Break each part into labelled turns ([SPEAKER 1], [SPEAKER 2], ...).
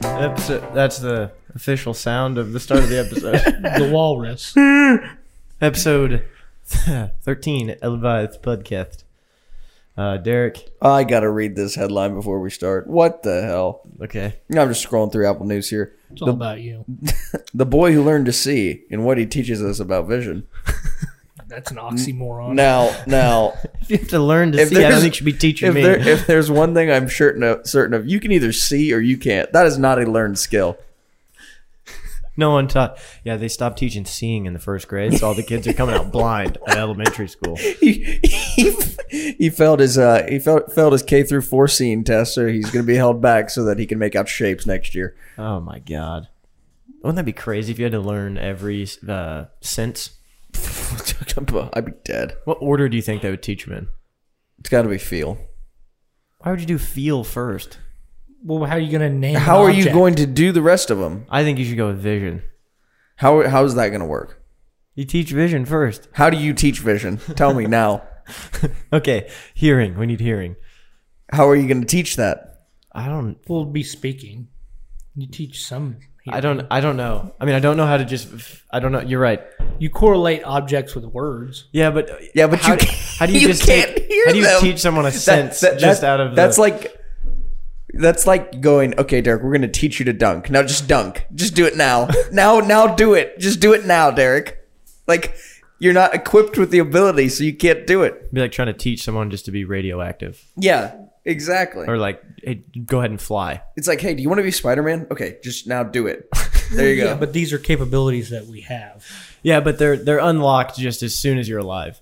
[SPEAKER 1] That's it. That's the official sound of the start of the episode.
[SPEAKER 2] the walrus.
[SPEAKER 1] episode thirteen, Elvith podcast. Uh, Derek.
[SPEAKER 3] I gotta read this headline before we start. What the hell?
[SPEAKER 1] Okay.
[SPEAKER 3] I'm just scrolling through Apple News here.
[SPEAKER 2] It's all about you.
[SPEAKER 3] The boy who learned to see and what he teaches us about vision.
[SPEAKER 2] That's an oxymoron.
[SPEAKER 3] Now, now,
[SPEAKER 1] If you have to learn to
[SPEAKER 3] If
[SPEAKER 1] see, I don't
[SPEAKER 3] there's-
[SPEAKER 1] think you should be teaching
[SPEAKER 3] if
[SPEAKER 1] me.
[SPEAKER 3] there if there's one thing I'm certain of, certain of, you can either see or you can't. That is not a learned skill.
[SPEAKER 1] No one taught. Yeah, they stopped teaching seeing in the first grade, so all the kids are coming out blind at elementary school.
[SPEAKER 3] He, he, he failed his uh he failed, failed his K through four scene test, so he's gonna be held back so that he can make out shapes next year.
[SPEAKER 1] Oh my god. Wouldn't that be crazy if you had to learn every uh, sense?
[SPEAKER 3] I'd be dead.
[SPEAKER 1] What order do you think they would teach them in?
[SPEAKER 3] It's gotta be feel.
[SPEAKER 1] Why would you do feel first?
[SPEAKER 2] Well, how are you going to name?
[SPEAKER 3] How
[SPEAKER 2] an
[SPEAKER 3] are you
[SPEAKER 2] object?
[SPEAKER 3] going to do the rest of them?
[SPEAKER 1] I think you should go with vision.
[SPEAKER 3] How how is that gonna work?
[SPEAKER 1] You teach vision first.
[SPEAKER 3] How do you teach vision? Tell me now.
[SPEAKER 1] Okay, hearing. We need hearing.
[SPEAKER 3] How are you going to teach that?
[SPEAKER 1] I don't.
[SPEAKER 2] We'll be speaking. You teach some.
[SPEAKER 1] I don't. I don't know. I mean, I don't know how to just. I don't know. You're right.
[SPEAKER 2] You correlate objects with words.
[SPEAKER 1] Yeah, but
[SPEAKER 3] Yeah, but
[SPEAKER 1] how
[SPEAKER 3] you
[SPEAKER 1] do,
[SPEAKER 3] can't-
[SPEAKER 1] how do you,
[SPEAKER 3] you
[SPEAKER 1] just take-
[SPEAKER 3] can't hear
[SPEAKER 1] How do you
[SPEAKER 3] them.
[SPEAKER 1] teach someone a sense
[SPEAKER 3] That- that-
[SPEAKER 1] just
[SPEAKER 3] that-
[SPEAKER 1] out of
[SPEAKER 3] that's
[SPEAKER 1] the,
[SPEAKER 3] like that's like going. Okay, Derek, we're going to teach you to dunk. Now just dunk. Just do it now. now, now do it. Just do it now, Derek. Like you're not equipped with the ability, so you can't do it.
[SPEAKER 1] be like trying to teach someone just to be radioactive
[SPEAKER 3] Yeah, exactly.
[SPEAKER 1] or like hey, go ahead and fly.
[SPEAKER 3] It's like, hey, do you want to be Spider Man? Okay, just now do it. There you go.
[SPEAKER 2] Yeah, but these are capabilities that we have.
[SPEAKER 1] Yeah, but they're they're unlocked just as soon as you're alive.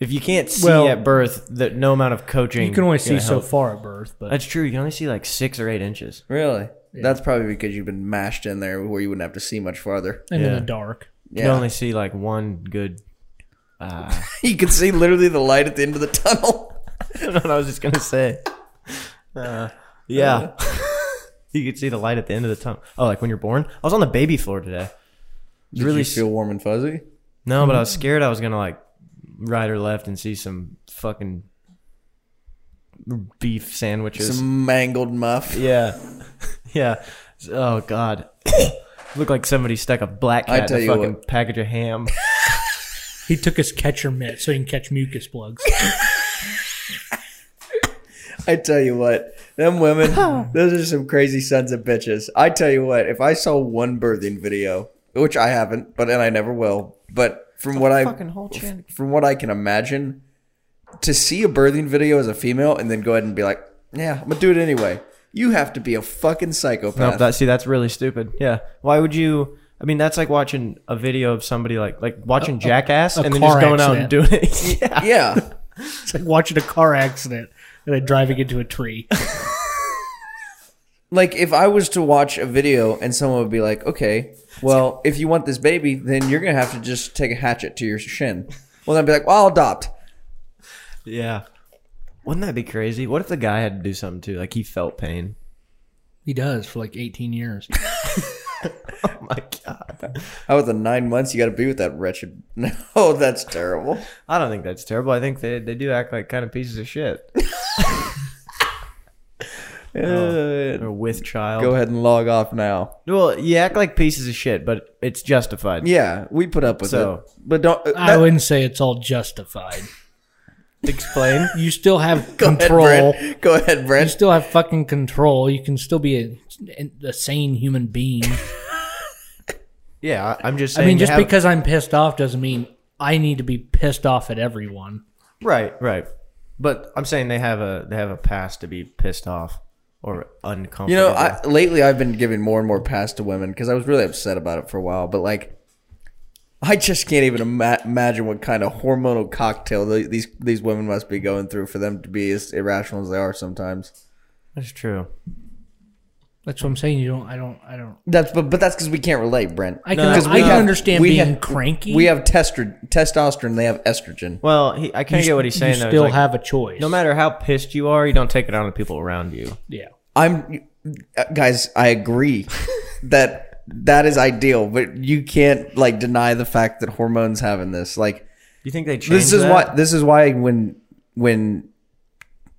[SPEAKER 1] If you can't see
[SPEAKER 2] Well-
[SPEAKER 1] at birth, that no amount of coaching
[SPEAKER 2] You can only
[SPEAKER 1] is
[SPEAKER 2] see
[SPEAKER 1] gonna
[SPEAKER 2] so
[SPEAKER 1] help.
[SPEAKER 2] far at birth, but
[SPEAKER 1] That's true. You can only see like six or eight inches.
[SPEAKER 3] really, that's probably because you've been mashed in there where you wouldn't have to see much farther.
[SPEAKER 2] and in
[SPEAKER 1] yeah.
[SPEAKER 2] the dark.
[SPEAKER 1] You
[SPEAKER 3] Yeah.
[SPEAKER 1] can only see like one good. Uh,
[SPEAKER 3] You can see literally the light at the end of the tunnel.
[SPEAKER 1] I don't know what I was just gonna say. Uh, yeah, you could see the light at the end of the tunnel. Oh, like when you're born. I was on the baby floor today. It's
[SPEAKER 3] Did
[SPEAKER 1] really
[SPEAKER 3] you feel warm and fuzzy?
[SPEAKER 1] No, but I was scared I was gonna like right or left and see some fucking beef sandwiches.
[SPEAKER 3] Some mangled muff.
[SPEAKER 1] Yeah, yeah. Oh God, looked like somebody stuck a black
[SPEAKER 3] I
[SPEAKER 1] cat in
[SPEAKER 3] tell
[SPEAKER 1] a
[SPEAKER 3] you
[SPEAKER 1] fucking
[SPEAKER 3] what.
[SPEAKER 1] package of ham.
[SPEAKER 2] He took his catcher mitt so he can catch mucus plugs.
[SPEAKER 3] I tell you what, them women, those are some crazy sons of bitches. I tell you what, if I saw one birthing video, which I haven't, but and I never will, but from what I
[SPEAKER 1] fucking whole chin.
[SPEAKER 3] from what I can imagine, to see a birthing video as a female and then go ahead and be like, yeah, I'm gonna do it anyway. You have to be a fucking
[SPEAKER 1] No,
[SPEAKER 3] psychopath.
[SPEAKER 1] that see, that's really stupid. Yeah, why would you? I mean, that's like watching a video of somebody like like watching Jackass
[SPEAKER 2] a
[SPEAKER 1] and then just
[SPEAKER 2] car
[SPEAKER 1] going out and doing it. yeah.
[SPEAKER 3] yeah,
[SPEAKER 2] it's like watching a car accident and then driving into a tree.
[SPEAKER 3] like if I was to watch a video and someone would be like, okay, well, if you want this baby, then you're gonna have to just take a hatchet to your shin. Well, then I'd be like, well, I'll adopt.
[SPEAKER 1] yeah. Wouldn't that be crazy? What if the guy had to do something too? Like he felt pain.
[SPEAKER 2] He does for like 18 years.
[SPEAKER 1] Oh my god.
[SPEAKER 3] How about the nine months you got to be with that wretched? No, that's terrible.
[SPEAKER 1] I don't think that's terrible. I think they, they do act like kind of pieces of shit.
[SPEAKER 3] Uh,
[SPEAKER 2] Uh,
[SPEAKER 1] Or with child.
[SPEAKER 3] go ahead and log off now.
[SPEAKER 1] Well, you act like pieces of shit, but it's justified.
[SPEAKER 3] Yeah, we put up with
[SPEAKER 1] So-
[SPEAKER 3] it, but don't. uh,
[SPEAKER 2] I
[SPEAKER 3] that-
[SPEAKER 2] wouldn't say it's all justified.
[SPEAKER 1] Explain.
[SPEAKER 2] You still have
[SPEAKER 3] go ahead,
[SPEAKER 2] control.
[SPEAKER 3] Brent. Go ahead,
[SPEAKER 2] You
[SPEAKER 3] Brent.
[SPEAKER 2] still have fucking control. You can still be a, a sane human being.
[SPEAKER 1] Yeah, I- I'm just
[SPEAKER 2] I
[SPEAKER 1] saying.
[SPEAKER 2] mean, just
[SPEAKER 1] have-
[SPEAKER 2] because I'm pissed off doesn't mean I need to be pissed off at everyone.
[SPEAKER 1] Right, right. But I'm saying they have a they have a pass to be pissed off or uncomfortable.
[SPEAKER 3] You know, I, lately I've been giving more and more pass to women because I was really upset about it for a while. But like, I just can't even ima- imagine what kind of hormonal cocktail th- these these women must be going through for them to be as irrational as they are sometimes.
[SPEAKER 1] that's true.
[SPEAKER 2] That's what I'm saying. You don't. I don't. I don't.
[SPEAKER 3] That's but but that's because we can't relate, Brent.
[SPEAKER 2] I
[SPEAKER 1] No,
[SPEAKER 2] can.
[SPEAKER 1] no,
[SPEAKER 2] I
[SPEAKER 1] we
[SPEAKER 2] can
[SPEAKER 1] have-
[SPEAKER 2] understand
[SPEAKER 3] we
[SPEAKER 2] being
[SPEAKER 3] have-
[SPEAKER 2] cranky.
[SPEAKER 3] We have testro- testosterone. They have estrogen.
[SPEAKER 1] Well, he, I kind
[SPEAKER 2] You
[SPEAKER 1] of get what
[SPEAKER 2] s-
[SPEAKER 1] he's saying.
[SPEAKER 2] You
[SPEAKER 1] though. It's
[SPEAKER 2] still
[SPEAKER 1] like,
[SPEAKER 2] have a choice.
[SPEAKER 1] no matter how pissed you are, you don't take it on the people around you.
[SPEAKER 2] Yeah.
[SPEAKER 3] I'm uh, guys, I agree that that is ideal, but you can't like deny the fact that hormones have in this. Like
[SPEAKER 1] You think they change?
[SPEAKER 3] this is
[SPEAKER 1] that?
[SPEAKER 3] why this is why when when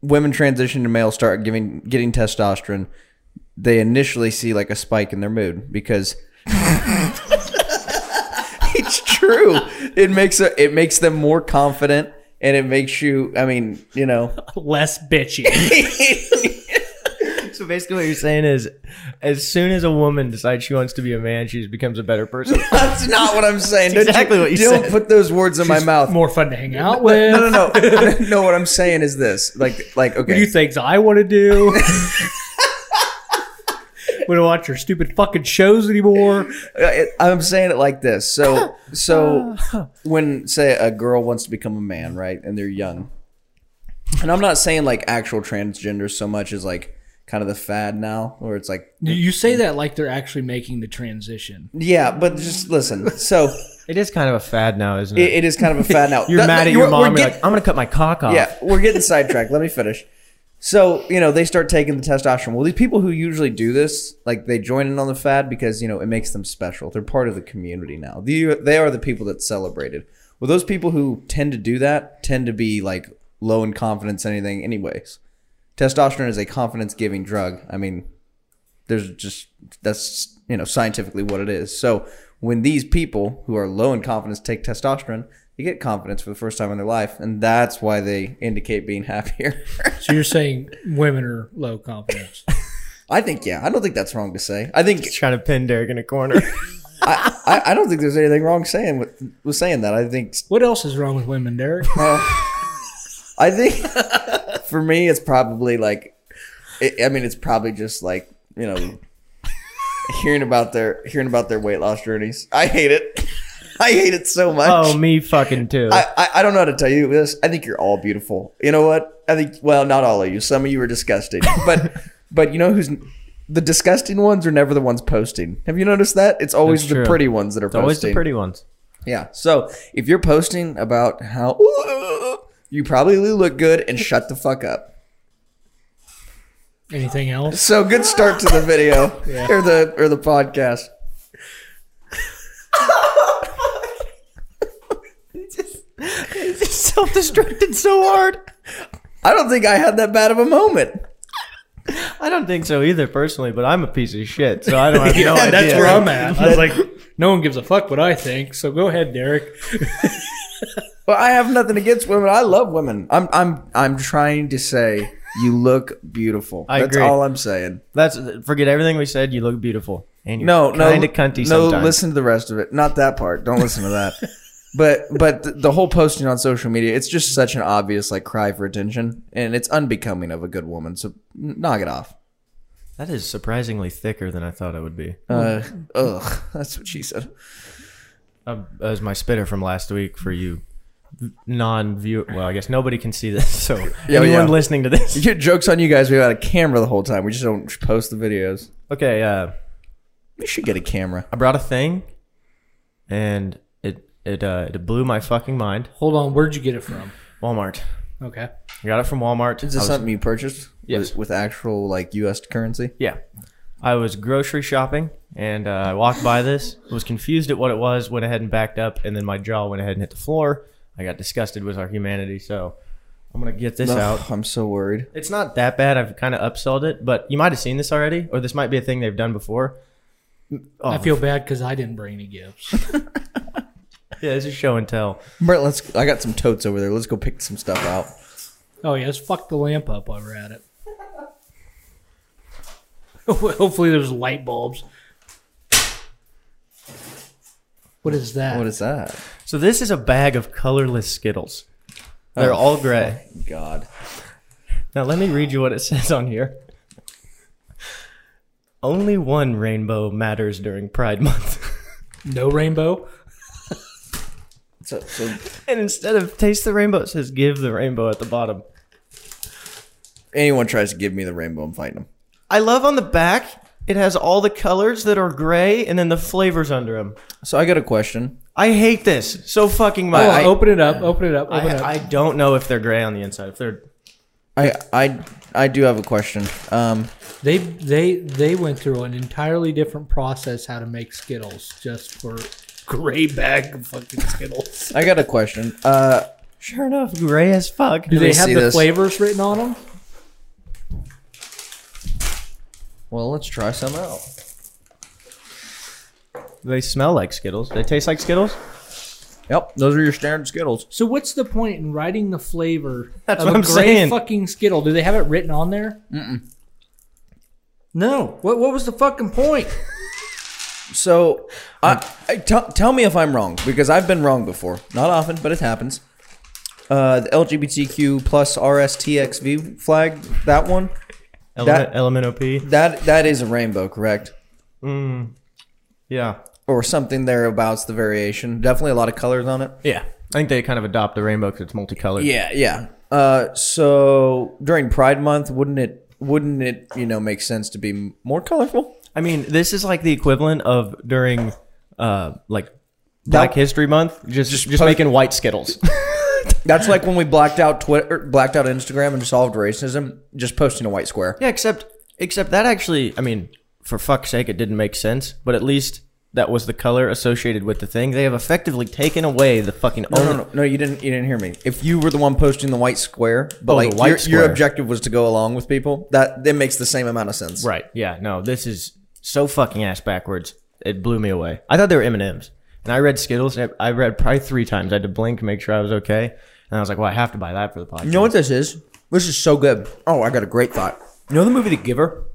[SPEAKER 3] women transition to male start giving getting testosterone, they initially see like a spike in their mood because it's true. It makes a, it makes them more confident and it makes you I mean, you know,
[SPEAKER 2] Less bitchy.
[SPEAKER 1] So basically, what you're saying is, as soon as a woman decides she wants to be a man, she becomes a better person.
[SPEAKER 3] that's not what I'm saying. Don't
[SPEAKER 1] exactly what you
[SPEAKER 3] don't
[SPEAKER 1] said.
[SPEAKER 3] put those words in my mouth.
[SPEAKER 2] More fun to hang out with.
[SPEAKER 3] no, no, no. no, what I'm saying is this. Like like okay.
[SPEAKER 2] do things I want to do. we don't watch your stupid fucking shows anymore.
[SPEAKER 3] I- I'm saying it like this. So, so when say a girl wants to become a man, right, and they're young, and I'm not saying like actual transgender so much as like kind of the fad now, where it's like,
[SPEAKER 2] You say that like they're actually making the transition.
[SPEAKER 3] yeah, but just listen. So
[SPEAKER 1] it is kind of a fad now, isn't
[SPEAKER 3] it,
[SPEAKER 1] it?
[SPEAKER 3] it is kind of a fad now.
[SPEAKER 1] you're
[SPEAKER 3] That-
[SPEAKER 1] mad at
[SPEAKER 3] we're-
[SPEAKER 1] your mom.
[SPEAKER 3] we're
[SPEAKER 1] You're
[SPEAKER 3] get-
[SPEAKER 1] like, I'm gonna cut my cock off.
[SPEAKER 3] yeah, we're getting sidetracked. Let me finish. So, you know, they start taking the testosterone. Well, these people who usually do this, like they join in on the fad because, you know, it makes them special. They're part of the community now. They, they are the people that's celebrated. Well, those people who tend to do that tend to be like low in confidence, in anything, anyways. Testosterone is a confidence giving drug. I mean, there's just that's you know scientifically what it is. So when these people who are low in confidence take testosterone, they get confidence for the first time in their life, and that's why they indicate being happier.
[SPEAKER 2] So you're saying women are low confidence.
[SPEAKER 3] I think yeah, I don't think that's wrong to say. I think
[SPEAKER 1] Just trying to pin Derek in a corner.
[SPEAKER 3] I, I, I don't think there's anything wrong saying with, with saying that. I think
[SPEAKER 2] What else is wrong with women, Derek?
[SPEAKER 3] I think for me it's probably like it, I mean it's probably just like you know hearing about their hearing about their weight loss journeys. I hate it. I hate it so much.
[SPEAKER 1] oh, me fucking too.
[SPEAKER 3] I, I, I don't know how to tell you this. I think you're all beautiful. You know what? I think well, not all of you. Some of you are disgusting. But but you know who's the disgusting ones are never the ones posting. Have you noticed that? It's always
[SPEAKER 1] That's
[SPEAKER 3] the
[SPEAKER 1] true.
[SPEAKER 3] pretty ones that are
[SPEAKER 1] it's always
[SPEAKER 3] posting.
[SPEAKER 1] the pretty ones.
[SPEAKER 3] yeah. So if you're posting about how you probably look good and shut the fuck up.
[SPEAKER 2] Anything else?
[SPEAKER 3] So good start to the video or the or the podcast.
[SPEAKER 1] Self-destructed so hard.
[SPEAKER 3] I don't think I had that bad of a moment.
[SPEAKER 1] I don't think so either, personally. But I'm a piece of shit, so I don't have no
[SPEAKER 2] Yeah,
[SPEAKER 1] idea.
[SPEAKER 2] that's where I'm at. I was like, no one gives a fuck what I think. So go ahead, Derek.
[SPEAKER 3] Well, I have nothing against women. I love women. I'm I'm I'm trying to say you look beautiful.
[SPEAKER 1] I
[SPEAKER 3] That's
[SPEAKER 1] agree.
[SPEAKER 3] all I'm saying.
[SPEAKER 1] That's forget everything we said. You look beautiful. And you're
[SPEAKER 3] No, no,
[SPEAKER 1] kinda cunty
[SPEAKER 3] no.
[SPEAKER 1] sometimes.
[SPEAKER 3] Listen to the rest of it. Not that part. Don't listen to that. but but th- the whole posting on social media, it's just such an obvious like cry for attention, and it's unbecoming of a good woman. So n- knock it off.
[SPEAKER 1] That is surprisingly thicker than I thought it would be.
[SPEAKER 3] Uh, ugh, that's what she said.
[SPEAKER 1] Um, as my spitter from last week for you non-view. Well, I guess nobody can see this, so
[SPEAKER 3] Yeah,
[SPEAKER 1] anyone
[SPEAKER 3] yeah.
[SPEAKER 1] listening to this,
[SPEAKER 3] Your jokes on you guys. We've had a camera the whole time. We just don't post the videos.
[SPEAKER 1] okay. Uh,
[SPEAKER 3] We should get a camera.
[SPEAKER 1] I brought a thing, and it it uh, it blew my fucking mind.
[SPEAKER 2] Hold on. Where'd you get it from?
[SPEAKER 1] Walmart.
[SPEAKER 2] Okay.
[SPEAKER 1] I got it from Walmart. I
[SPEAKER 3] Is this
[SPEAKER 1] was-
[SPEAKER 3] something you purchased?
[SPEAKER 1] Yes.
[SPEAKER 3] With, with actual like U.S. currency.
[SPEAKER 1] Yeah. I was grocery shopping and uh, I walked by this, was confused at what it was, went ahead and backed up, and then my jaw went ahead and hit the floor. I got disgusted with our humanity, so I'm going to get this out.
[SPEAKER 3] Ugh, I'm so worried.
[SPEAKER 1] It's not that bad. I've kind of upsold it, but you might have seen this already, or this might be a thing they've done before. Oh,
[SPEAKER 2] I feel bad because I didn't bring any gifts.
[SPEAKER 1] Yeah, this is show and tell.
[SPEAKER 3] Brent, let's. I got some totes over there. Let's go pick some stuff out.
[SPEAKER 2] Oh yeah, let's fuck the lamp up while we're at it. Hopefully, there's light bulbs. What is that?
[SPEAKER 3] What is that?
[SPEAKER 1] So, this is a bag of colorless Skittles. They're
[SPEAKER 3] Oh.
[SPEAKER 1] all gray.
[SPEAKER 3] God.
[SPEAKER 1] Now let me read you what it says on here. Only one rainbow matters during Pride Month.
[SPEAKER 2] no rainbow.
[SPEAKER 3] So, so
[SPEAKER 1] and instead of taste the rainbow, it says give the rainbow at the bottom.
[SPEAKER 3] anyone tries to give me the rainbow, I'm fighting them.
[SPEAKER 1] I love on the back, it has all the colors that are gray and then the flavors under them.
[SPEAKER 3] So I got a question.
[SPEAKER 1] I hate this so fucking much.
[SPEAKER 2] Oh,
[SPEAKER 1] I,
[SPEAKER 2] open it up. Open it up. Open it
[SPEAKER 1] I,
[SPEAKER 2] up.
[SPEAKER 1] I don't know if they're gray on the inside. If they're
[SPEAKER 3] I I I do have a question. Um,
[SPEAKER 2] they they they went through an entirely different process how to make Skittles just for gray bag of fucking Skittles.
[SPEAKER 3] I got a question. Uh,
[SPEAKER 1] sure enough gray as fuck.
[SPEAKER 2] Do they
[SPEAKER 3] me
[SPEAKER 2] have
[SPEAKER 3] see
[SPEAKER 2] the
[SPEAKER 3] this.
[SPEAKER 2] flavors written on them?
[SPEAKER 3] Well, let's try some out.
[SPEAKER 1] They smell like Skittles. They taste like Skittles.
[SPEAKER 3] Yep, those are your standard Skittles.
[SPEAKER 2] So what's the point in writing the flavor
[SPEAKER 1] That's
[SPEAKER 2] of
[SPEAKER 1] what
[SPEAKER 2] a
[SPEAKER 1] I'm
[SPEAKER 2] gray
[SPEAKER 1] saying.
[SPEAKER 2] fucking Skittle? Do they have it written on there? Mm-mm. No. What what was the fucking point?
[SPEAKER 3] So, I, I, t- tell me if I'm wrong because I've been wrong before. Not often, but it happens. Uh, the LGBTQ plus RSTXV flag, that one,
[SPEAKER 1] Element, element OP.
[SPEAKER 3] that that is a rainbow, correct?
[SPEAKER 1] Yeah.
[SPEAKER 3] Or something thereabouts. The variation, definitely a lot of colors on it.
[SPEAKER 1] Yeah. I think they kind of adopt the rainbow because it's multicolored.
[SPEAKER 3] Yeah, yeah. Uh, so during Pride Month, wouldn't it wouldn't it you know make sense to be m- more colorful?
[SPEAKER 1] I mean, this is like the equivalent of during, uh, like Black History Month, just just,
[SPEAKER 3] post-
[SPEAKER 1] making white Skittles.
[SPEAKER 3] That's like when we blacked out Twitter, blacked out Instagram, and solved racism. Just posting a white square.
[SPEAKER 1] yeah, except except that actually, I mean, for fuck's sake, it didn't make sense. But at least that was the color associated with the thing. They have effectively taken away the fucking.
[SPEAKER 3] Oh, No, no, no, no, you didn't. You didn't hear me. If you were the one posting the white square, but
[SPEAKER 1] Oh, the
[SPEAKER 3] like
[SPEAKER 1] white
[SPEAKER 3] your, your
[SPEAKER 1] square.
[SPEAKER 3] objective was to go along with people, that that makes the same amount of sense.
[SPEAKER 1] Right. Yeah. No. This is so fucking ass backwards. It blew me away. I thought they were M and M's, and I read Skittles. and I I read probably three times. I had to blink, make sure I was okay, and I was like, "Well, I have to buy that for the podcast."
[SPEAKER 3] You know what this is? This is so good. Oh, I got a great thought. You know the movie The Giver?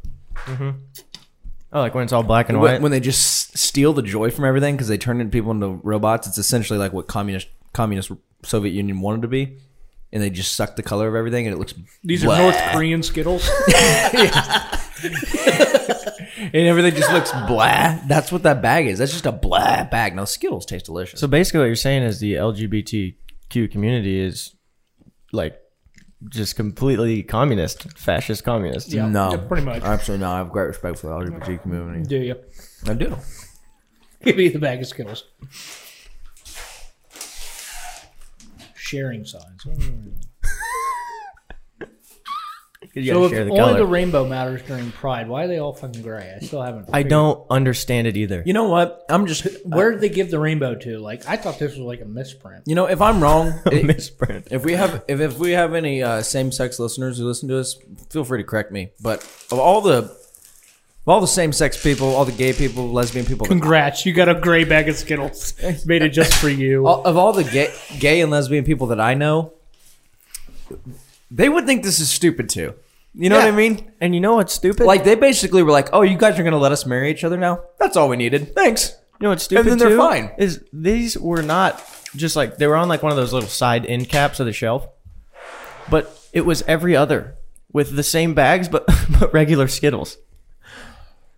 [SPEAKER 1] Oh, like when it's all black and
[SPEAKER 3] when,
[SPEAKER 1] white.
[SPEAKER 3] when they just s- steal the joy from everything because they turn in people into robots. It's essentially like what communist communist Soviet Union wanted to be, and they just suck the color of everything, and it looks
[SPEAKER 2] These
[SPEAKER 3] blah.
[SPEAKER 2] are North Korean Skittles.
[SPEAKER 3] and everything just looks blah. That's what that bag is. That's just a blah bag. Now Skittles taste delicious.
[SPEAKER 1] so basically, what you're saying is the LGBTQ community is like just completely communist, fascist communist.
[SPEAKER 2] Yeah.
[SPEAKER 3] no,
[SPEAKER 2] pretty much.
[SPEAKER 3] Absolutely no. I have great respect for the LGBT community.
[SPEAKER 2] Do you?
[SPEAKER 3] I do.
[SPEAKER 2] Give me the bag of Skittles. Sharing signs.
[SPEAKER 1] You
[SPEAKER 2] So
[SPEAKER 1] gotta
[SPEAKER 2] if
[SPEAKER 1] share the
[SPEAKER 2] only the
[SPEAKER 1] color.
[SPEAKER 2] rainbow matters during Pride, why are they all fucking gray? I still haven't.
[SPEAKER 1] I
[SPEAKER 2] figured-
[SPEAKER 1] don't understand it either.
[SPEAKER 3] You know what? I'm just. uh,
[SPEAKER 2] Where did they give the rainbow to? Like I thought this was like a misprint.
[SPEAKER 3] You know, if I'm wrong, it-
[SPEAKER 1] Misprint.
[SPEAKER 3] if we have if, if we have any uh, same sex listeners who listen to us, feel free to correct me. But of all the of all the same sex people, all the gay people, lesbian people,
[SPEAKER 2] Congrats, you got a gray bag of Skittles. Made it just for you.
[SPEAKER 1] Oh.
[SPEAKER 3] all, of all the gay gay and lesbian people that I know, they would think this is stupid too. You know what I
[SPEAKER 1] Yeah.
[SPEAKER 3] mean?
[SPEAKER 1] And you know what's stupid?
[SPEAKER 3] Like they basically were like, "Oh, you guys are gonna let us marry each other now? That's all we needed. Thanks."
[SPEAKER 1] You know what's stupid?
[SPEAKER 3] then they're
[SPEAKER 1] too,
[SPEAKER 3] fine.
[SPEAKER 1] Is these were not just like they were on like one of those little side end caps of the shelf, but it was every other with the same bags but, but regular Skittles.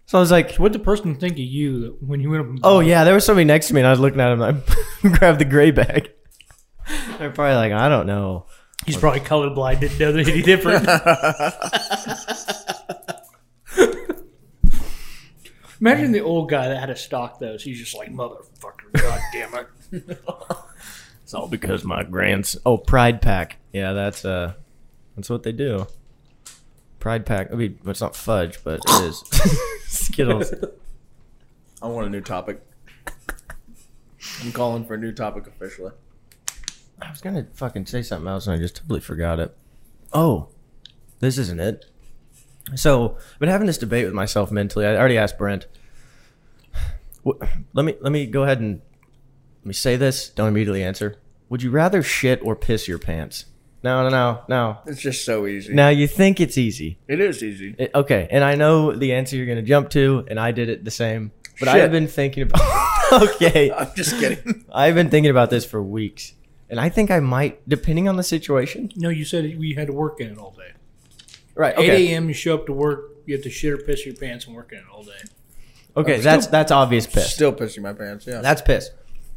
[SPEAKER 1] So I was like,
[SPEAKER 2] What'd the person think of you that when you went up?
[SPEAKER 1] oh yeah, there was somebody next to me and I was looking at him. and I grabbed the gray bag. They're probably like, I don't know.
[SPEAKER 2] he's probably colorblind. Didn't know any different. Imagine the old guy that had a stock those. He's just like motherfucker. God damn it.
[SPEAKER 1] It's all because my grandson. Oh, Pride Pack. Yeah, that's uh, that's what they do. Pride Pack. I mean, it's not fudge, but it is Skittles.
[SPEAKER 3] I want a new topic. I'm calling for a new topic officially.
[SPEAKER 1] I was gonna fucking say something else and I just totally forgot it. Oh, this isn't it. So I've been having this debate with myself mentally. I already asked Brent. Wh- Let me let me go ahead and let me say this. Don't immediately answer. Would you rather shit or piss your pants? No, no, no, no.
[SPEAKER 3] It's just so easy.
[SPEAKER 1] Now you think it's easy.
[SPEAKER 3] It is easy.
[SPEAKER 1] It- okay, and I know the answer you're gonna jump to, and I did it the same. But I
[SPEAKER 3] Shit.
[SPEAKER 1] have been thinking about. okay,
[SPEAKER 3] I'm just kidding.
[SPEAKER 1] I've been thinking about this for weeks, and I think I might, depending on the situation.
[SPEAKER 2] No, you said we had to work in it all day.
[SPEAKER 1] Right.
[SPEAKER 2] 8 a.m. You show up to work. You have to shit or piss your pants and work in it all day.
[SPEAKER 1] Okay, that's that's obvious piss.
[SPEAKER 3] Still pissing my pants. Yeah.
[SPEAKER 1] That's piss.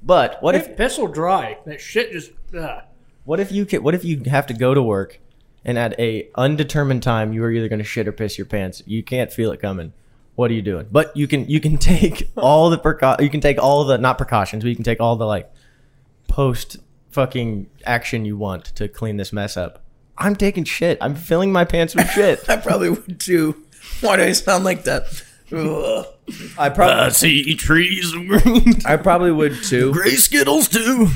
[SPEAKER 1] But what if
[SPEAKER 2] That piss will dry. That shit just. uh, Ugh.
[SPEAKER 1] what if you can, what if you have to go to work and at a undetermined time you are either going to shit or piss your pants. You can't feel it coming. What are you doing? But you can you can take all the precau- you can take all the not precautions, but you can take all the like post fucking action you want to clean this mess up. I'm taking shit. I'm filling my pants with shit.
[SPEAKER 3] I probably would too. Why do I sound like that? Ugh. I probably
[SPEAKER 1] see trees of green.
[SPEAKER 3] I probably would too.
[SPEAKER 1] Gray Skittles too.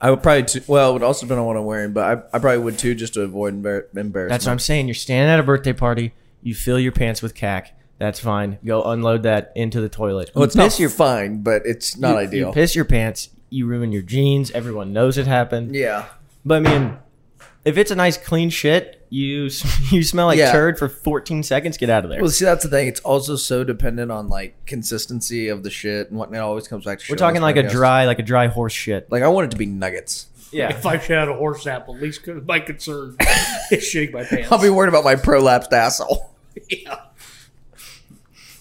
[SPEAKER 3] I would probably too. Well, it would also depend on what I'm wearing, but I, I probably would too just to avoid embar- embarrassment.
[SPEAKER 1] That's what I'm saying. You're standing at a birthday party. You fill your pants with cack. That's fine. Go unload that into the toilet.
[SPEAKER 3] Well, it's piss, you're fine, but it's not
[SPEAKER 1] you,
[SPEAKER 3] ideal.
[SPEAKER 1] You piss your pants. You ruin your jeans. Everyone knows it happened.
[SPEAKER 3] yeah.
[SPEAKER 1] But I mean, if it's a nice clean shit, you s- you smell like
[SPEAKER 3] Yeah.
[SPEAKER 1] turd for 14 seconds. Get out of there.
[SPEAKER 3] Well, see, that's the thing. It's also so dependent on like consistency of the shit and whatnot. It always comes back to. Shit
[SPEAKER 1] We're
[SPEAKER 3] on
[SPEAKER 1] talking like
[SPEAKER 3] this
[SPEAKER 1] a
[SPEAKER 3] podcast.
[SPEAKER 1] dry, like a dry horse shit.
[SPEAKER 3] Like I want it to be nuggets.
[SPEAKER 1] Yeah.
[SPEAKER 2] If I shit out a horse apple, at least 'cause my concern is shitting my pants.
[SPEAKER 3] I'll be worried about my prolapsed asshole.
[SPEAKER 2] yeah.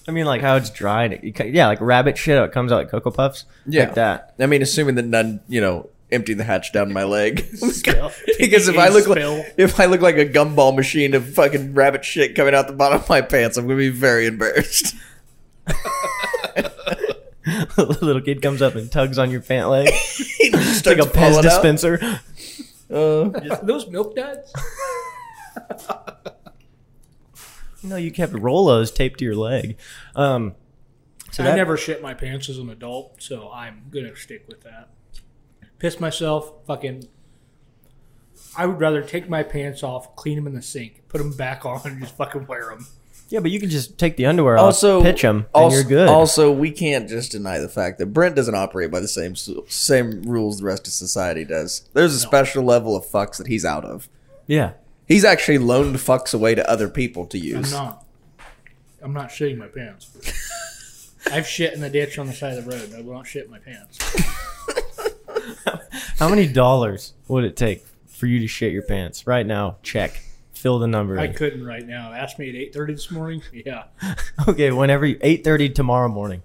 [SPEAKER 1] I mean, like how it's dry. And it, it, yeah, like rabbit shit. How it comes out like Cocoa Puffs.
[SPEAKER 3] Yeah.
[SPEAKER 1] Like that.
[SPEAKER 3] I mean, assuming that none, you know, empty the hatch down my leg.
[SPEAKER 2] Spill.
[SPEAKER 3] because if I look
[SPEAKER 2] Spill.
[SPEAKER 3] like if I look like a gumball machine of fucking rabbit shit coming out the bottom of my pants, I'm gonna be very embarrassed.
[SPEAKER 1] a little kid comes up and tugs on your pant leg.
[SPEAKER 3] Just
[SPEAKER 1] like a Pez dispenser.
[SPEAKER 3] Uh,
[SPEAKER 2] Are those milk duds?
[SPEAKER 1] You know, you kept Rolos taped to your leg. Um, so that,
[SPEAKER 2] I never shit my pants as an adult, so I'm gonna stick with that. Piss myself, fucking. I would rather take my pants off, clean them in the sink, put them back on, and just fucking wear them.
[SPEAKER 1] Yeah, but you can just take the underwear
[SPEAKER 3] Also,
[SPEAKER 1] off, pitch them, and
[SPEAKER 3] also,
[SPEAKER 1] you're good.
[SPEAKER 3] Also, we can't just deny the fact that Brent doesn't operate by the same s- same rules the rest of society does. There's a special level of fucks that he's out of.
[SPEAKER 1] yeah.
[SPEAKER 3] He's actually loaned fucks away to other people to
[SPEAKER 2] I'm
[SPEAKER 3] use.
[SPEAKER 2] not. I'm not shitting my pants. I've shit in the ditch on the side of the road. I will not shit my pants.
[SPEAKER 1] How many dollars would it take for you to shit your pants right now? Check. Fill the number.
[SPEAKER 2] I
[SPEAKER 1] In.
[SPEAKER 2] couldn't right now. Ask me at 8:30 this morning. Yeah.
[SPEAKER 1] Okay, whenever you, 8:30 tomorrow morning.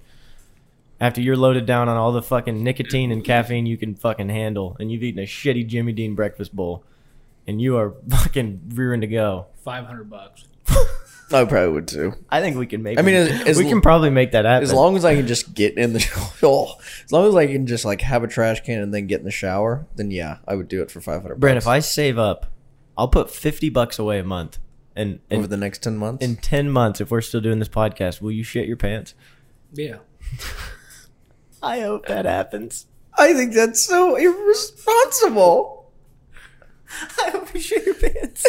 [SPEAKER 1] After you're loaded down on all the fucking nicotine and caffeine you can fucking handle and you've eaten a shitty Jimmy Dean breakfast bowl and you are fucking rearing to go.
[SPEAKER 2] 500 bucks.
[SPEAKER 3] I probably would too.
[SPEAKER 1] I think we can make
[SPEAKER 3] I mean,
[SPEAKER 1] it-
[SPEAKER 3] as- as
[SPEAKER 1] we
[SPEAKER 3] l-
[SPEAKER 1] can probably make that happen.
[SPEAKER 3] As long as I can just get in the oh, as long as I can just like have a trash can and then get in the shower, then yeah, I would do it for five hundred.
[SPEAKER 1] Brent, if I save up, I'll put 50 bucks away a month. And,
[SPEAKER 3] over
[SPEAKER 1] and
[SPEAKER 3] the next ten months,
[SPEAKER 1] in 10 months if we're still doing this podcast, will you shit your pants?
[SPEAKER 2] Yeah.
[SPEAKER 1] I hope that happens.
[SPEAKER 3] I think that's so irresponsible.
[SPEAKER 1] I hope you shit your pants.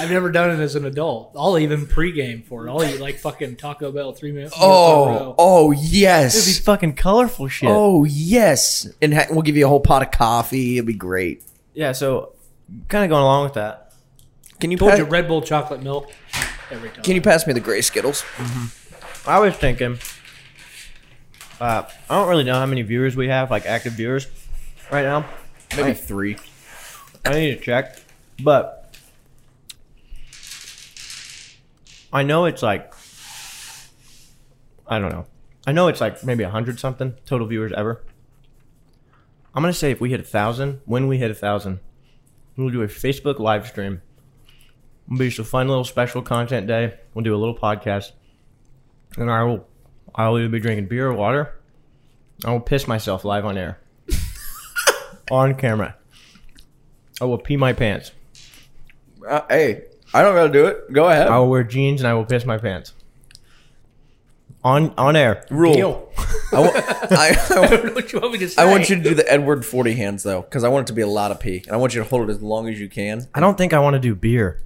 [SPEAKER 2] I've never done it as an adult. I'll even pregame for it. I'll eat like fucking Taco Bell three minutes.
[SPEAKER 3] Oh, oh
[SPEAKER 1] It'd be
[SPEAKER 3] yes,
[SPEAKER 1] fucking colorful shit.
[SPEAKER 3] oh yes, and ha- we'll give you a whole pot of coffee. It'd be great.
[SPEAKER 1] Yeah, so kind of going along with that.
[SPEAKER 3] Can you
[SPEAKER 2] Told
[SPEAKER 3] pass,
[SPEAKER 2] you Red Bull chocolate milk every time.
[SPEAKER 3] can you pass me the gray skittles?
[SPEAKER 1] I was thinking, uh, I don't really know how many viewers we have, like active viewers right now.
[SPEAKER 3] Maybe three.
[SPEAKER 1] I need to check. But I know it's like I don't know. I know it's like maybe a hundred something total viewers ever. I'm gonna say if we hit a thousand, when we hit a thousand, we'll do a Facebook live stream. It'll be just a fun little special content day. We'll do a little podcast, and I will. I'll either be drinking beer or water. I will piss myself live on air, on camera. I will pee my pants.
[SPEAKER 3] Uh, hey, I don't gotta do it. Go ahead.
[SPEAKER 1] I will wear jeans and I will piss my pants. On on air.
[SPEAKER 3] Rule.
[SPEAKER 2] Deal.
[SPEAKER 3] I wa- I- I wa-
[SPEAKER 2] I don't know what you want me to say.
[SPEAKER 3] I want you to do the Edward 40 hands though, because I want it to be a lot of pee, and I want you to hold it as long as you can.
[SPEAKER 1] I don't think I want to do beer.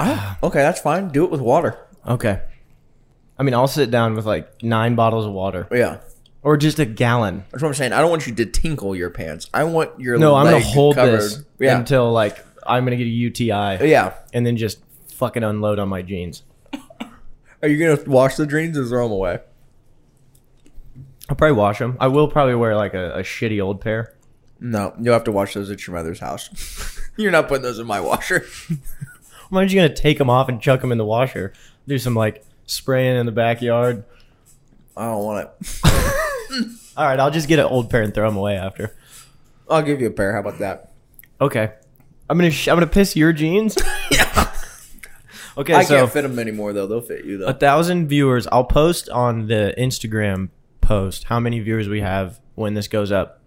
[SPEAKER 3] Okay, that's fine. Do it with water.
[SPEAKER 1] Okay. I mean, I'll sit down with like nine bottles of water
[SPEAKER 3] Yeah,
[SPEAKER 1] or just a gallon.
[SPEAKER 3] that's what I'm saying. I don't want you to tinkle your pants. I want your
[SPEAKER 1] No, I'm
[SPEAKER 3] leg
[SPEAKER 1] gonna hold
[SPEAKER 3] covered.
[SPEAKER 1] this
[SPEAKER 3] Yeah,
[SPEAKER 1] until like I'm gonna get a UTI
[SPEAKER 3] yeah.
[SPEAKER 1] and then just fucking unload on my jeans.
[SPEAKER 3] Are you gonna wash the dreams or throw them away?
[SPEAKER 1] I'll probably wash them. I will probably wear like a, a shitty old pair.
[SPEAKER 3] No, you'll have to wash those at your mother's house. You're not putting those in my washer.
[SPEAKER 1] I'm just gonna take them off and chuck them in the washer. Do some like spraying in the backyard.
[SPEAKER 3] I don't want it.
[SPEAKER 1] All right, I'll just get an old pair and throw them away after.
[SPEAKER 3] I'll give you a pair. How about that?
[SPEAKER 1] Okay. I'm gonna sh- I'm gonna piss your jeans.
[SPEAKER 3] Yeah.
[SPEAKER 1] Okay,
[SPEAKER 3] I
[SPEAKER 1] so
[SPEAKER 3] can't fit them anymore though. They'll fit you
[SPEAKER 4] Uh,
[SPEAKER 1] a
[SPEAKER 3] though.
[SPEAKER 1] thousand viewers. I'll post on the Instagram post how many viewers we have when this goes up,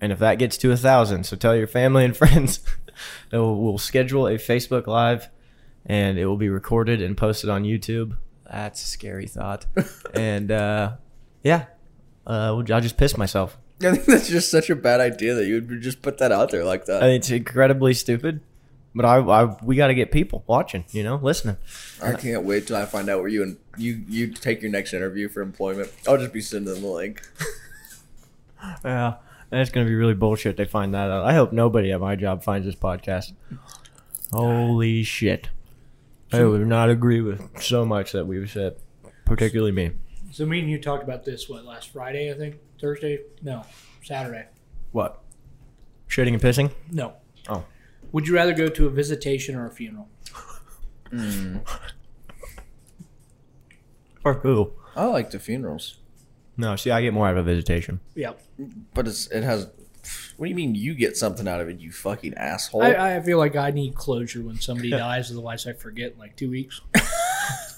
[SPEAKER 1] and if that gets to a thousand, so tell your family and friends. that we'll, we'll schedule a Facebook live, and it will be recorded and posted on YouTube. That's a scary thought. and uh, yeah, uh, we'll- I'll just piss myself.
[SPEAKER 3] I think that's just such a bad idea that you would just put that out there like that.
[SPEAKER 1] I think it's incredibly stupid, But I, I we got to get people watching, you know, listening.
[SPEAKER 4] I can't wait till I find out where you and you you take your next interview for employment. I'll just be sending them the link.
[SPEAKER 1] Yeah, that's gonna be really bullshit. They find that out. I hope nobody at my job finds this podcast. Holy shit! I would not agree with so much that we've said, particularly me.
[SPEAKER 2] So me and you talked about this what last Friday, I think Thursday. No, Saturday.
[SPEAKER 1] What? Shitting and pissing?
[SPEAKER 2] No.
[SPEAKER 1] Oh.
[SPEAKER 2] Would you rather go to a visitation or a funeral?
[SPEAKER 1] For who?
[SPEAKER 4] I like the funerals,
[SPEAKER 1] No, see, I get more out of a visitation.
[SPEAKER 2] Yep.
[SPEAKER 4] but it's it has. What do you mean you get something out of it? You fucking asshole!
[SPEAKER 2] I, I feel like I need closure when somebody dies, otherwise I forget in like two weeks.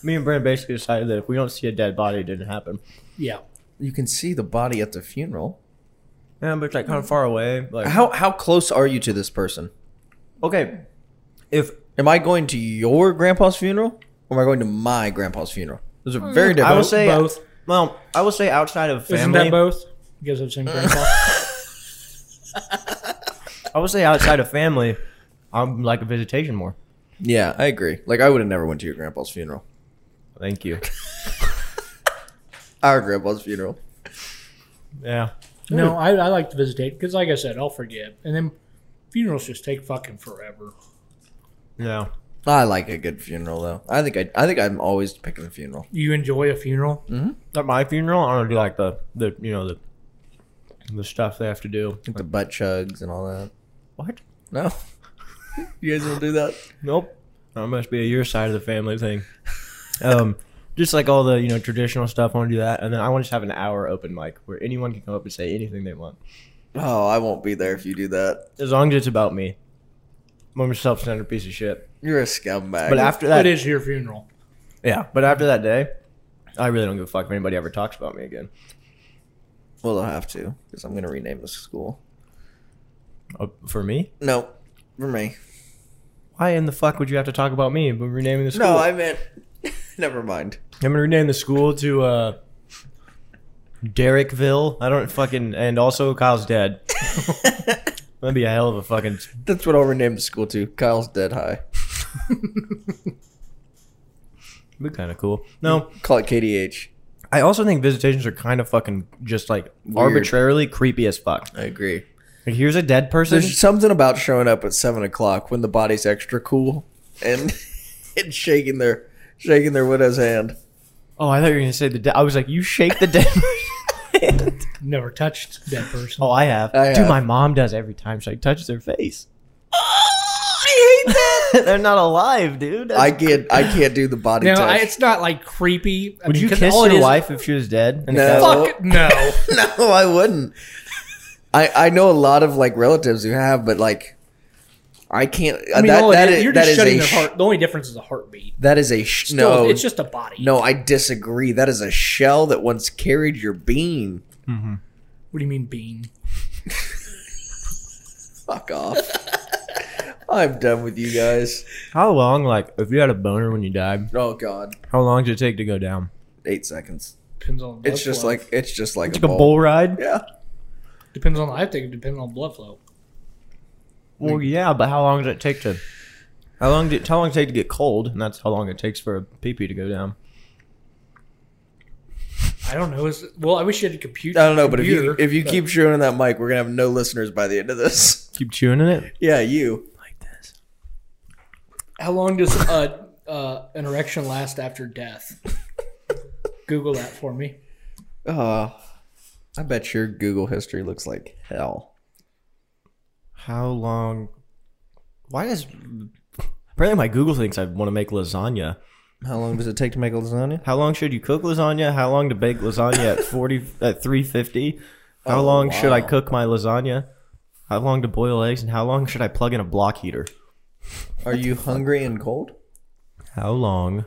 [SPEAKER 1] Me and Brent basically decided that if we don't see a dead body, it didn't happen.
[SPEAKER 2] Yeah.
[SPEAKER 4] you can see the body at the funeral.
[SPEAKER 1] Yeah, but it's like kind of far away. Like,
[SPEAKER 4] How how close are you to this person?
[SPEAKER 1] okay, if
[SPEAKER 4] Am I going to your grandpa's funeral or am I going to my grandpa's funeral? Those are very different.
[SPEAKER 1] Hmm. I will say
[SPEAKER 2] both.
[SPEAKER 1] Well, I will say outside of
[SPEAKER 2] Isn't
[SPEAKER 1] family,
[SPEAKER 2] that both? You guys have the same grandpa.
[SPEAKER 1] I will say outside of family, I'm like a visitation more.
[SPEAKER 4] yeah, I agree. Like I would have never went to your grandpa's funeral.
[SPEAKER 1] Thank you.
[SPEAKER 4] Our grandpa's funeral.
[SPEAKER 1] Yeah.
[SPEAKER 2] no, I, I like to visitate because, like I said, I'll forget, and then funerals just take fucking forever.
[SPEAKER 1] Yeah.
[SPEAKER 4] I like a good funeral though. I think I I think I'm always picking a funeral.
[SPEAKER 2] You enjoy a funeral?
[SPEAKER 1] At my funeral, I don't do like the the you know the the stuff they have to do.
[SPEAKER 4] Like the butt chugs and all that.
[SPEAKER 1] What?
[SPEAKER 4] No. you guys don't do that?
[SPEAKER 1] Nope. That must be a your side of the family thing. Um, just like all the you know traditional stuff, I want to do that, and then I want to just have an hour open mic where anyone can come up and say anything they want,
[SPEAKER 4] Oh, I won't be there if you do that.
[SPEAKER 1] as long as it's about me. I'm a self-centered piece of shit.
[SPEAKER 4] You're a scumbag.
[SPEAKER 1] But after that,
[SPEAKER 2] it is your funeral.
[SPEAKER 1] yeah. But after that day, I really don't give a fuck if anybody ever talks about me again.
[SPEAKER 4] well, I'll have to because I'm gonna rename this school.
[SPEAKER 1] Uh, for me,
[SPEAKER 4] No, for me.
[SPEAKER 1] why in the fuck would you have to talk about me? But renaming the school.
[SPEAKER 4] No, I meant. Never mind.
[SPEAKER 1] I'm gonna rename the school to uh Derrickville. I don't fucking and also Kyle's dead. That'd be a hell of a fucking
[SPEAKER 4] That's what I'll rename the school to. Kyle's dead high.
[SPEAKER 1] be kinda cool. No.
[SPEAKER 4] Call it KDH.
[SPEAKER 1] I also think visitations are kind of fucking just like
[SPEAKER 4] Weird.
[SPEAKER 1] arbitrarily creepy as fuck.
[SPEAKER 4] I agree.
[SPEAKER 1] Like here's a dead person.
[SPEAKER 4] There's something about showing up at seven o'clock when the body's extra cool and and shaking their shaking their widow's hand.
[SPEAKER 1] Oh, I thought you were gonna say the dead I was like, you shake the dead person.
[SPEAKER 2] Never touched that person.
[SPEAKER 1] Oh, I have.
[SPEAKER 4] I
[SPEAKER 1] Dude,
[SPEAKER 4] have.
[SPEAKER 1] my mom does every time she like, touches their face.
[SPEAKER 4] I hate that.
[SPEAKER 1] They're not alive, dude. That's-
[SPEAKER 4] I can't. I can't do the body
[SPEAKER 2] Now, I,
[SPEAKER 4] touch.
[SPEAKER 2] it's not like creepy. I
[SPEAKER 1] would
[SPEAKER 2] mean,
[SPEAKER 1] you
[SPEAKER 2] 'cause
[SPEAKER 1] kiss
[SPEAKER 2] all it
[SPEAKER 1] your
[SPEAKER 2] is-
[SPEAKER 1] wife if she was dead? And
[SPEAKER 4] No.
[SPEAKER 1] Kyle-
[SPEAKER 2] Fuck no.
[SPEAKER 4] no, I wouldn't. I I know a lot of like relatives who have, but like, I can't.
[SPEAKER 2] I mean,
[SPEAKER 4] that,
[SPEAKER 2] all it
[SPEAKER 4] that
[SPEAKER 2] is-
[SPEAKER 4] is-
[SPEAKER 2] you're
[SPEAKER 4] that
[SPEAKER 2] just
[SPEAKER 4] is
[SPEAKER 2] shutting
[SPEAKER 4] a
[SPEAKER 2] their
[SPEAKER 4] sh-
[SPEAKER 2] heart. The only difference is a heartbeat.
[SPEAKER 4] That is a sh-
[SPEAKER 2] Still,
[SPEAKER 4] no.
[SPEAKER 2] it's just a body.
[SPEAKER 4] no. I disagree. That is a shell that once carried your being.
[SPEAKER 2] What do you mean being?
[SPEAKER 4] Fuck off. I'm done with you guys.
[SPEAKER 1] How long, like, if you had a boner when you died,
[SPEAKER 4] Oh God,
[SPEAKER 1] how long did it take to go down?
[SPEAKER 4] eight seconds.
[SPEAKER 2] Depends on.
[SPEAKER 4] It's just like it's just like
[SPEAKER 1] Like a bull ride?
[SPEAKER 4] Yeah.
[SPEAKER 2] depends on. I think it depends on blood flow.
[SPEAKER 1] Well, yeah, but how long did it take to? How long did how long did it take to get cold? And that's how long it takes for a pee pee to go down.
[SPEAKER 2] I don't know. Is well, I wish you had a computer.
[SPEAKER 4] I don't know, but if you
[SPEAKER 2] computer,
[SPEAKER 4] if you
[SPEAKER 2] but-
[SPEAKER 4] keep chewing on that mic, we're gonna have no listeners by the end of this.
[SPEAKER 1] Keep chewing in it
[SPEAKER 4] Yeah, you.
[SPEAKER 1] like this.
[SPEAKER 2] how long does uh, uh, an erection last after death? Google that for me.
[SPEAKER 4] Uh, I bet your Google history looks like hell.
[SPEAKER 1] How long? Why does? Apparently, my Google thinks I want to make lasagna.
[SPEAKER 4] How long does it take to make a lasagna?
[SPEAKER 1] How long should you cook lasagna? How long to bake lasagna at forty at three fifty? How
[SPEAKER 4] Oh,
[SPEAKER 1] long should I
[SPEAKER 4] wow.
[SPEAKER 1] cook my lasagna? How long to boil eggs? And how long should I plug in a block heater?
[SPEAKER 4] Are you hungry and cold?
[SPEAKER 1] How long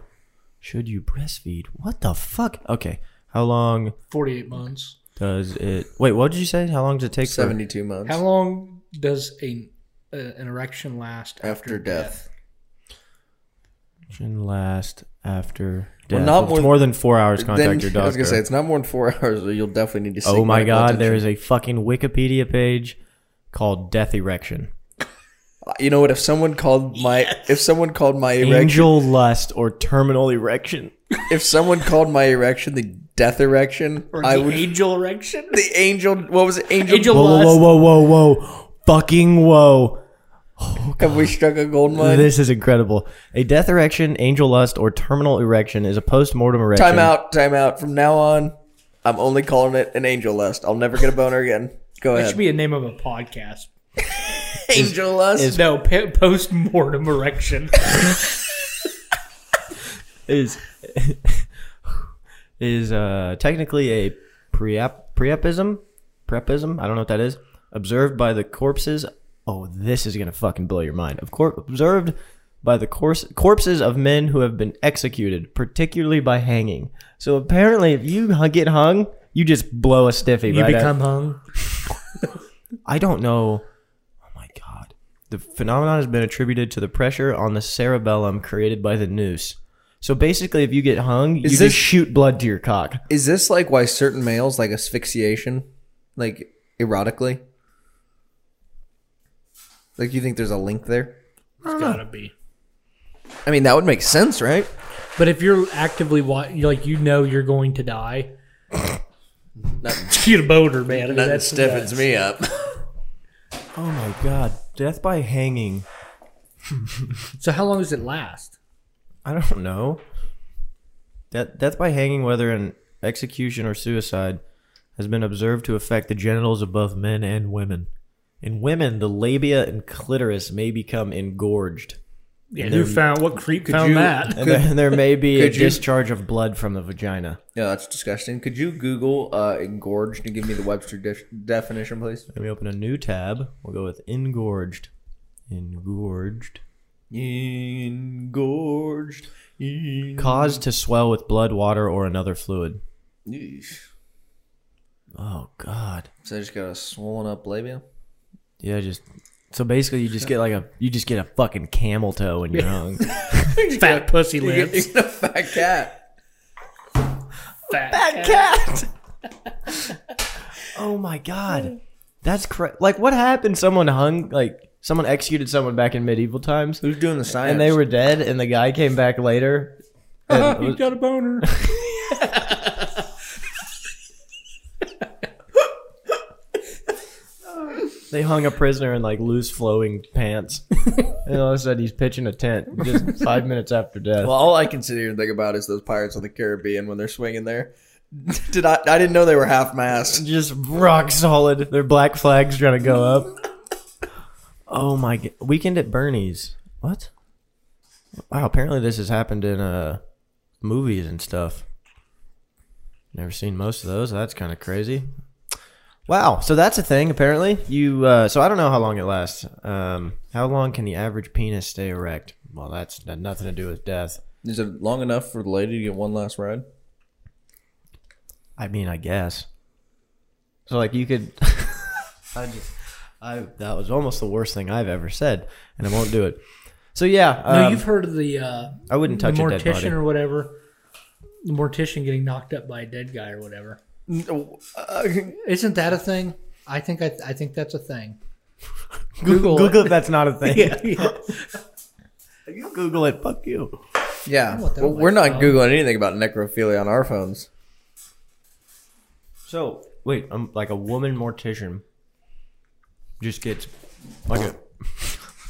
[SPEAKER 1] should you breastfeed? What the fuck? Okay. How long
[SPEAKER 2] Forty-eight months.
[SPEAKER 1] does it? Wait, what did you say? How long does it take? for-
[SPEAKER 4] Seventy-two months
[SPEAKER 2] How long does a uh, an erection last
[SPEAKER 4] after death.
[SPEAKER 1] Can last after
[SPEAKER 4] Well,
[SPEAKER 1] death.
[SPEAKER 4] not
[SPEAKER 1] If it's
[SPEAKER 4] more th-
[SPEAKER 1] more than four hours. Contact
[SPEAKER 4] Then
[SPEAKER 1] your
[SPEAKER 4] I was
[SPEAKER 1] doctor.
[SPEAKER 4] gonna say it's not more than four hours. Or you'll definitely need to.
[SPEAKER 1] oh
[SPEAKER 4] seek
[SPEAKER 1] my
[SPEAKER 4] medical
[SPEAKER 1] god,
[SPEAKER 4] attention.
[SPEAKER 1] there is a fucking Wikipedia page called Death Erection.
[SPEAKER 3] You know what? If someone called my if someone called my erection
[SPEAKER 1] Angel lust or terminal erection.
[SPEAKER 3] if someone called my erection the death erection,
[SPEAKER 2] Or
[SPEAKER 3] I
[SPEAKER 2] the
[SPEAKER 3] would
[SPEAKER 2] angel erection.
[SPEAKER 3] the angel. What was it? Angel.
[SPEAKER 2] Angel
[SPEAKER 1] Whoa,
[SPEAKER 2] lust.
[SPEAKER 1] whoa, whoa, whoa, whoa, whoa. Fucking whoa.
[SPEAKER 3] Have we struck a gold mine?
[SPEAKER 1] This is incredible. A death erection, angel lust, or terminal erection is a post mortem erection.
[SPEAKER 3] Time out, time out. From now on, I'm only calling it an angel lust. I'll never get a boner again. Go
[SPEAKER 2] That should
[SPEAKER 3] ahead.
[SPEAKER 2] be a name of a podcast.
[SPEAKER 3] angel lust.
[SPEAKER 2] No, p- post mortem erection.
[SPEAKER 1] Is is uh, technically a preap preapism prepism. I don't know what that is. Observed by the corpses. Oh, this is gonna fucking blow your mind. Of course, observed by the corse- corpses of men who have been executed, particularly by hanging. So apparently, if you hu- get hung, you just blow a stiffy.
[SPEAKER 2] You
[SPEAKER 1] right
[SPEAKER 2] become hung.
[SPEAKER 1] I don't know. Oh my god. The phenomenon has been attributed to the pressure on the cerebellum created by the noose. So basically, if you get hung, you
[SPEAKER 3] this-
[SPEAKER 1] just shoot blood to your cock.
[SPEAKER 3] Is this like why certain males like asphyxiation, like erotically? Like you think there's a link there?
[SPEAKER 2] It's gotta be.
[SPEAKER 3] I mean, that would make sense, right?
[SPEAKER 2] But if you're actively wa- you like you know you're going to die. Get a boner, man. I mean, that's nuts.
[SPEAKER 3] me up.
[SPEAKER 1] Oh my god. Death by hanging.
[SPEAKER 2] So how long does it last?
[SPEAKER 1] I don't know. That death by hanging, whether in execution or suicide, has been observed to affect the genitals of both men and women. In women, the labia and clitoris may become engorged.
[SPEAKER 2] Yeah, who found what creep found
[SPEAKER 3] you-
[SPEAKER 2] that?
[SPEAKER 1] And there, there may be a
[SPEAKER 3] could you-
[SPEAKER 1] discharge of blood from the vagina.
[SPEAKER 3] Yeah, that's disgusting. Could you Google uh, engorged and give me the Webster de- definition, please?
[SPEAKER 1] Let me open a new tab. We'll go with engorged. Engorged.
[SPEAKER 3] Engorged.
[SPEAKER 1] Cause to swell with blood, water, or another fluid.
[SPEAKER 3] So
[SPEAKER 1] Oh God.
[SPEAKER 3] I just got a swollen up labia.
[SPEAKER 1] Yeah, just so basically you just get like a you just get a fucking camel toe when you're hung.
[SPEAKER 2] Fat pussy
[SPEAKER 3] You
[SPEAKER 2] lips.
[SPEAKER 3] get a fat cat.
[SPEAKER 2] Fat,
[SPEAKER 1] cat. oh my God. That's cra- like what happened? Someone hung like someone executed someone back in medieval times,
[SPEAKER 3] Who's doing the science?
[SPEAKER 1] and they were dead, and the guy came back later. and
[SPEAKER 2] He's got a boner.
[SPEAKER 1] They hung a prisoner in like loose flowing pants, and all of a sudden he's pitching a tent just five minutes after death.
[SPEAKER 3] Well, all I can sit here and think about is those Pirates of the Caribbean when they're swinging there. Did I? I didn't know they were half mast.
[SPEAKER 1] just rock solid. Their black flags trying to go up. Oh my god! Weekend at Bernie's. What? Wow. Apparently this has happened in uh movies and stuff. Never seen most of those. so that's kind of crazy. Wow. So that's a thing. Apparently you. Uh, so I don't know how long it lasts. Um, how long can the average penis stay erect? Well, that's got nothing to do with death.
[SPEAKER 3] Is it long enough for the lady to get one last ride?
[SPEAKER 1] I mean, I guess. So like you could I just I that was almost the worst thing I've ever said and I won't do it. So yeah,
[SPEAKER 2] no,
[SPEAKER 1] um,
[SPEAKER 2] you've heard of the uh,
[SPEAKER 1] I wouldn't touch
[SPEAKER 2] the
[SPEAKER 1] a dead
[SPEAKER 2] mortician
[SPEAKER 1] body.
[SPEAKER 2] or whatever. The mortician getting knocked up by a dead guy or whatever.
[SPEAKER 3] No.
[SPEAKER 2] uh, Isn't that a thing? I think I, I think that's a thing.
[SPEAKER 1] Google,
[SPEAKER 2] Google
[SPEAKER 1] it. That's not a thing.
[SPEAKER 2] Yeah, yeah.
[SPEAKER 1] You Google it. Fuck you.
[SPEAKER 3] yeah.
[SPEAKER 2] What the
[SPEAKER 3] Well,
[SPEAKER 2] hell,
[SPEAKER 3] we're
[SPEAKER 2] my
[SPEAKER 3] not
[SPEAKER 2] phone?
[SPEAKER 3] googling anything about necrophilia on our phones.
[SPEAKER 1] So wait, I'm like a woman mortician. Just gets like a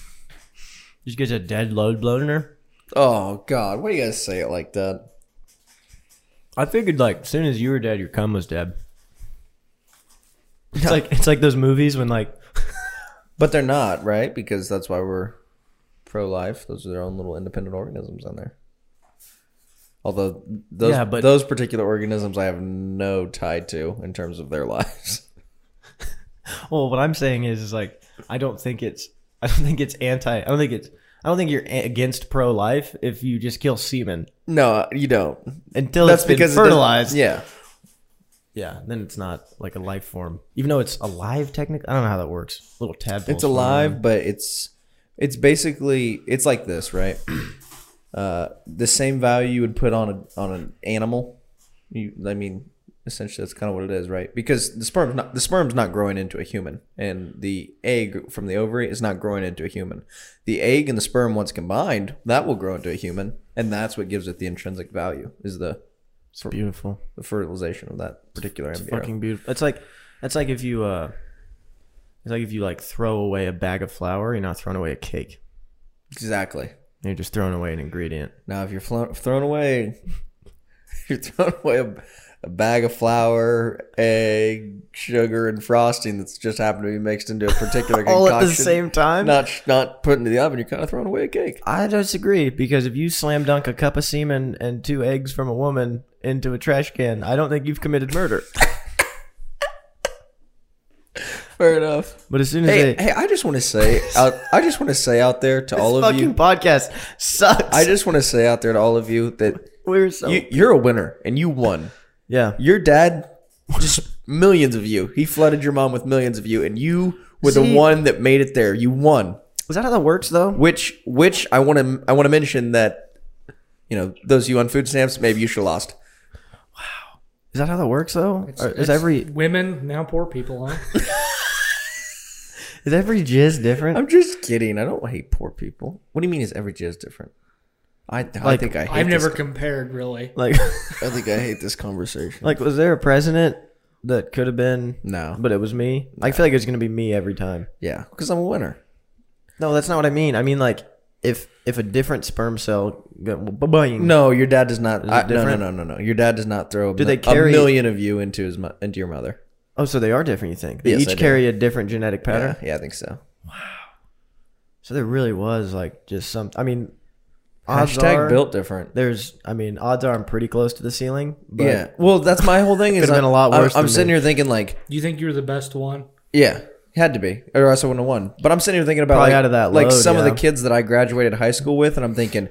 [SPEAKER 1] just gets a dead load blown in her.
[SPEAKER 3] Oh God! Why do you guys say it like that?
[SPEAKER 1] I figured like as soon as you were dead, your cum was dead. It's like it's like those movies when like
[SPEAKER 3] But they're not right because that's why we're pro-life. Those are their own little independent organisms on there. Although those
[SPEAKER 1] Yeah, but-
[SPEAKER 3] those particular organisms, I have no tie to in terms of their lives.
[SPEAKER 1] Well, what I'm saying is, is like I don't think it's I don't think it's anti. I don't think it's I don't think you're a- against pro life if you just kill semen
[SPEAKER 3] No, you don't.
[SPEAKER 1] until
[SPEAKER 3] That's
[SPEAKER 1] it's been
[SPEAKER 3] because it doesn't-
[SPEAKER 1] fertilized.
[SPEAKER 3] Yeah.
[SPEAKER 1] yeah, then it's not like a life form, even though it's alive. Technically, I don't know how that works. Little tadpole.
[SPEAKER 3] it's alive but it's it's basically it's like this right uh the same value you would put on a on an animal you i mean Essentially, that's kind of what it is, right? Because the sperm's not the sperm's not growing into a human, and the egg from the ovary is not growing into a human. The egg and the sperm, once combined, that will grow into a human, and that's what gives it the intrinsic value is the,
[SPEAKER 1] It's beautiful.
[SPEAKER 3] the fertilization of that particular
[SPEAKER 1] It's
[SPEAKER 3] embryo.
[SPEAKER 1] fucking beautiful. It's like that's like if you uh it's like if you like throw away a bag of flour, you're not throwing away a cake.
[SPEAKER 3] exactly.
[SPEAKER 1] You're just throwing away an ingredient.
[SPEAKER 3] Now, if you're flo- throwing away, if you're throwing away a, a bag of flour, egg, sugar, and frosting that's just happened to be mixed into a particular
[SPEAKER 1] All
[SPEAKER 3] concoction.
[SPEAKER 1] at the same time?
[SPEAKER 3] Not not put into the oven. You're kind of throwing away a cake.
[SPEAKER 1] I disagree because if you slam dunk a cup of semen and two eggs from a woman into a trash can, I don't think you've committed murder.
[SPEAKER 3] Fair enough.
[SPEAKER 1] But as soon as
[SPEAKER 3] Hey,
[SPEAKER 1] they
[SPEAKER 3] hey, I just want to say, out, I just want to say out there to all of
[SPEAKER 1] fucking
[SPEAKER 3] you.
[SPEAKER 1] podcast sucks.
[SPEAKER 3] I just want to say out there to all of you that
[SPEAKER 1] we're so
[SPEAKER 3] you, you're a winner and you won.
[SPEAKER 1] yeah.
[SPEAKER 3] Your dad, just millions of you. He flooded your mom with millions of you, and you were
[SPEAKER 1] See-
[SPEAKER 3] the one that made it there. You won.
[SPEAKER 1] Is that how that works though?
[SPEAKER 3] Which which I want to I want to mention that you know those of you on food stamps maybe you should have lost.
[SPEAKER 1] Is that how that works though? Or is
[SPEAKER 2] It's
[SPEAKER 1] every
[SPEAKER 2] women now poor people, huh?
[SPEAKER 1] is every jizz different?
[SPEAKER 3] I'm just kidding. I don't hate poor people. What do you mean is every jizz different? I, I
[SPEAKER 1] Like,
[SPEAKER 3] think I hate
[SPEAKER 2] I've never
[SPEAKER 3] this,
[SPEAKER 2] compared really.
[SPEAKER 1] like
[SPEAKER 3] I think I hate this conversation.
[SPEAKER 1] like was there a president that could have been
[SPEAKER 3] No.
[SPEAKER 1] but it was me? I feel like it's gonna be me every time.
[SPEAKER 3] Yeah, because I'm a winner.
[SPEAKER 1] No, that's not what I mean. I mean like if if a different sperm cell go- boing,
[SPEAKER 3] No, your dad does not. I, no, no,
[SPEAKER 1] different?
[SPEAKER 3] no, no, no. Your dad does not throw. Do
[SPEAKER 1] they carry-
[SPEAKER 3] a million of you into his mo- into your mother?
[SPEAKER 1] Oh, so they are different, you think? They
[SPEAKER 3] Yes, I
[SPEAKER 1] each
[SPEAKER 3] do.
[SPEAKER 1] carry a different genetic pattern.
[SPEAKER 3] Yeah, yeah, I think so.
[SPEAKER 1] So there really was like just some I mean odds
[SPEAKER 3] Hashtag
[SPEAKER 1] are,
[SPEAKER 3] built different.
[SPEAKER 1] there's I mean odds are I'm pretty close to the ceiling, but
[SPEAKER 3] yeah. Well, that's my whole thing. Is
[SPEAKER 1] Could've been
[SPEAKER 3] I'm-
[SPEAKER 1] a lot
[SPEAKER 3] I'm-
[SPEAKER 1] worse
[SPEAKER 3] I'm
[SPEAKER 1] than
[SPEAKER 3] sitting
[SPEAKER 1] me.
[SPEAKER 3] here thinking like,
[SPEAKER 2] You think you're the best one?
[SPEAKER 3] Yeah, had to be, or else I wouldn't have won. But I'm sitting here thinking about
[SPEAKER 1] Probably
[SPEAKER 3] like,
[SPEAKER 1] out of that
[SPEAKER 3] like
[SPEAKER 1] load,
[SPEAKER 3] some of the
[SPEAKER 1] yeah.
[SPEAKER 3] kids that I graduated high school with, and I'm thinking,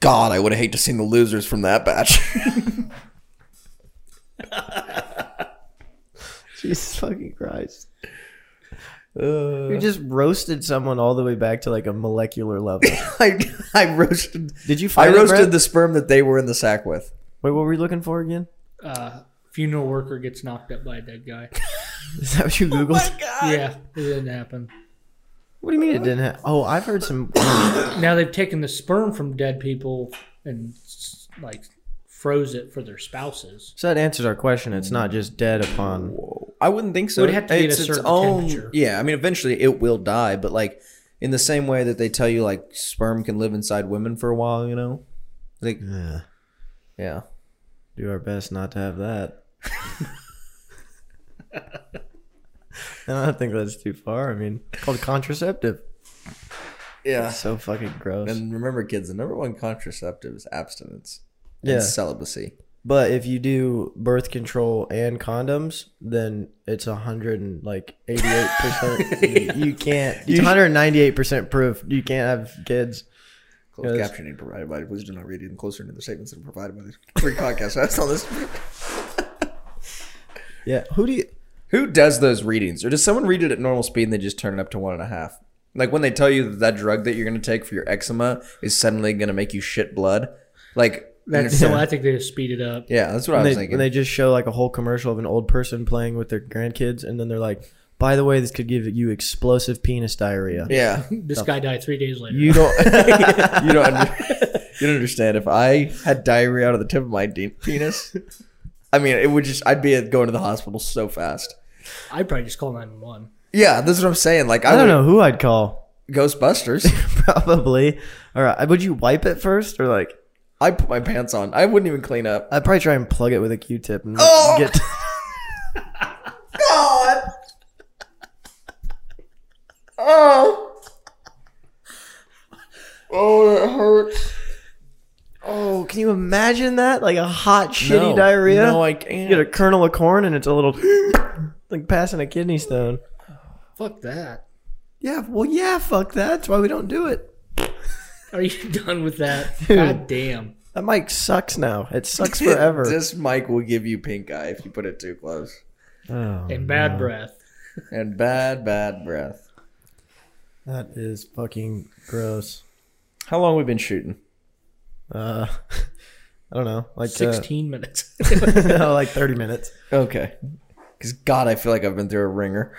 [SPEAKER 3] God, I would have hate to seen the losers from that batch.
[SPEAKER 1] Jesus fucking Christ.
[SPEAKER 3] Uh,
[SPEAKER 1] you just roasted someone all the way back to like a molecular level.
[SPEAKER 3] I, I roasted.
[SPEAKER 1] Did you
[SPEAKER 3] I
[SPEAKER 1] find
[SPEAKER 3] roasted
[SPEAKER 1] the
[SPEAKER 3] the sperm that they were in the sack with.
[SPEAKER 1] Wait, what were you looking for again?
[SPEAKER 2] Uh, funeral worker gets knocked up by a dead guy.
[SPEAKER 1] Is that what
[SPEAKER 3] Oh
[SPEAKER 1] you googled?
[SPEAKER 2] yeah, it didn't happen.
[SPEAKER 1] what do you mean it didn't happen? Oh, I've heard some
[SPEAKER 2] Now they've taken the sperm from dead people and s- like froze it for their spouses.
[SPEAKER 1] So that answers our question. It's not just dead upon
[SPEAKER 3] I wouldn't think so.
[SPEAKER 2] It would have to be at a
[SPEAKER 3] it's its
[SPEAKER 2] certain
[SPEAKER 3] own.
[SPEAKER 2] temperature.
[SPEAKER 3] Yeah, I mean, eventually it will die, but like in the same way that they tell you like sperm can live inside women for a while, you know, like
[SPEAKER 1] Yeah.
[SPEAKER 3] yeah.
[SPEAKER 1] Do our best not to have that. and I don't think that's too far. I mean, it's called contraceptive.
[SPEAKER 3] Yeah.
[SPEAKER 1] So fucking gross.
[SPEAKER 3] And remember, kids, the number one contraceptive is abstinence and
[SPEAKER 1] yeah.
[SPEAKER 3] celibacy.
[SPEAKER 1] But if you do birth control and condoms, then it's a hundred and like eighty eight percent. You can't. It's one hundred ninety eight percent proof you can't have kids.
[SPEAKER 3] Closed
[SPEAKER 1] Yes.
[SPEAKER 3] captioning provided by. Please do not read even closer into the statements that are provided by the three podcast hosts on this.
[SPEAKER 1] Yeah. Who do you?
[SPEAKER 3] Who does those readings, or does someone read it at normal speed and they just turn it up to one and a half? Like when they tell you that that drug that you're going to take for your eczema is suddenly going to make you shit blood. Like
[SPEAKER 2] That's so. I think they just speed it up.
[SPEAKER 3] yeah, that's what I
[SPEAKER 1] When
[SPEAKER 3] was
[SPEAKER 1] they,
[SPEAKER 3] thinking.
[SPEAKER 1] when they just show like a whole commercial of an old person playing with their grandkids, and then they're like, "By the way, this could give you explosive penis diarrhea."
[SPEAKER 3] yeah,
[SPEAKER 2] This guy died three days later.
[SPEAKER 3] you don't, you don't, under, you don't understand. If I had diarrhea out of the tip of my de- penis, I mean, it would just I'd be going to the hospital so fast.
[SPEAKER 2] I'd probably just call nine one one.
[SPEAKER 3] Yeah, this is what I'm saying. Like I,
[SPEAKER 1] I don't
[SPEAKER 3] would-
[SPEAKER 1] know who I'd call.
[SPEAKER 3] Ghostbusters.
[SPEAKER 1] Probably. All right. Would you wipe it first, or like?
[SPEAKER 3] I put my pants on. I wouldn't even clean up.
[SPEAKER 1] I'd probably try and plug it with a Q-tip and
[SPEAKER 3] Oh!
[SPEAKER 1] get.
[SPEAKER 3] God. Oh. Oh, it hurts.
[SPEAKER 1] Oh, can you imagine that? Like a hot, shitty
[SPEAKER 3] No.
[SPEAKER 1] diarrhea.
[SPEAKER 3] No, I
[SPEAKER 1] You
[SPEAKER 3] can't.
[SPEAKER 1] get a kernel of corn and it's a little like passing a kidney stone.
[SPEAKER 2] Fuck that.
[SPEAKER 1] Yeah, well, yeah, fuck that. That's why we don't do it.
[SPEAKER 2] Are you done with that? God damn.
[SPEAKER 1] That mic sucks now. It sucks forever.
[SPEAKER 3] this mic will give you pink eye if you put it too close.
[SPEAKER 1] oh,
[SPEAKER 2] And bad breath.
[SPEAKER 3] And bad, bad breath.
[SPEAKER 1] that is fucking gross.
[SPEAKER 3] How long we been shooting?
[SPEAKER 1] Uh, I don't know, like uh,
[SPEAKER 2] 16 minutes.
[SPEAKER 1] no, like thirty minutes.
[SPEAKER 3] Okay. Because God, I feel like I've been through a ringer.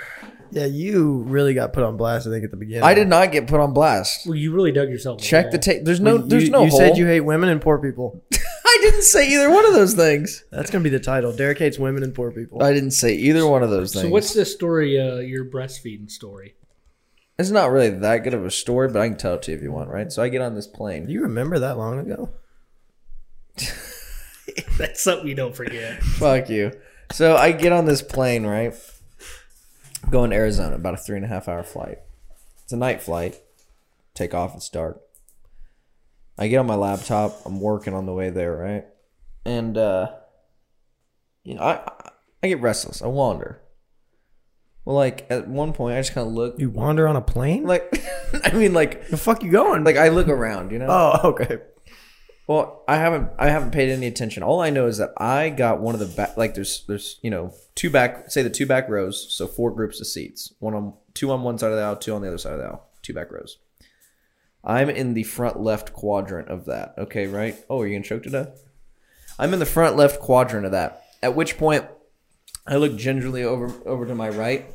[SPEAKER 1] Yeah, you really got put on blast. I think at the beginning.
[SPEAKER 3] I did not get put on blast.
[SPEAKER 2] well, you really dug yourself. a
[SPEAKER 3] Check
[SPEAKER 2] hole.
[SPEAKER 3] the tape. There's no.
[SPEAKER 1] You-
[SPEAKER 3] There's no
[SPEAKER 1] You
[SPEAKER 3] hole.
[SPEAKER 1] said you hate women and poor people.
[SPEAKER 3] I didn't say either one of those things.
[SPEAKER 1] That's gonna be the title. Derek hates women and poor people.
[SPEAKER 3] I didn't say either one of those things.
[SPEAKER 2] So what's this story? Uh, your breastfeeding story.
[SPEAKER 3] It's not really that good of a story, but I can tell it to you if you want, right? So I get on this plane.
[SPEAKER 1] Do you remember that long ago?
[SPEAKER 2] That's something you don't forget.
[SPEAKER 3] Fuck you. So I get on this plane, right? Going to Arizona, about a three and a half hour flight. It's a night flight. Take off, it's dark. I get on my laptop. I'm working on the way there, right? And uh, you know, I I- I get restless. I wander. Well, like at one point, I just kind of look.
[SPEAKER 1] You wander on a plane? Like,
[SPEAKER 3] Like, I mean, like,
[SPEAKER 1] the fuck you going?
[SPEAKER 3] like I look around, you know.
[SPEAKER 1] oh, okay.
[SPEAKER 3] Well, I haven't I haven't paid any attention. All I know is that I got one of the back like there's there's you know two back say the two back rows, so four groups of seats. One on two on one side of the aisle, two on the other side of the aisle, two back rows. I'm in the front left quadrant of that. Okay, right? Oh, are you gonna choke to death? I'm in the front left quadrant of that. At which point, I look gingerly over over to my right,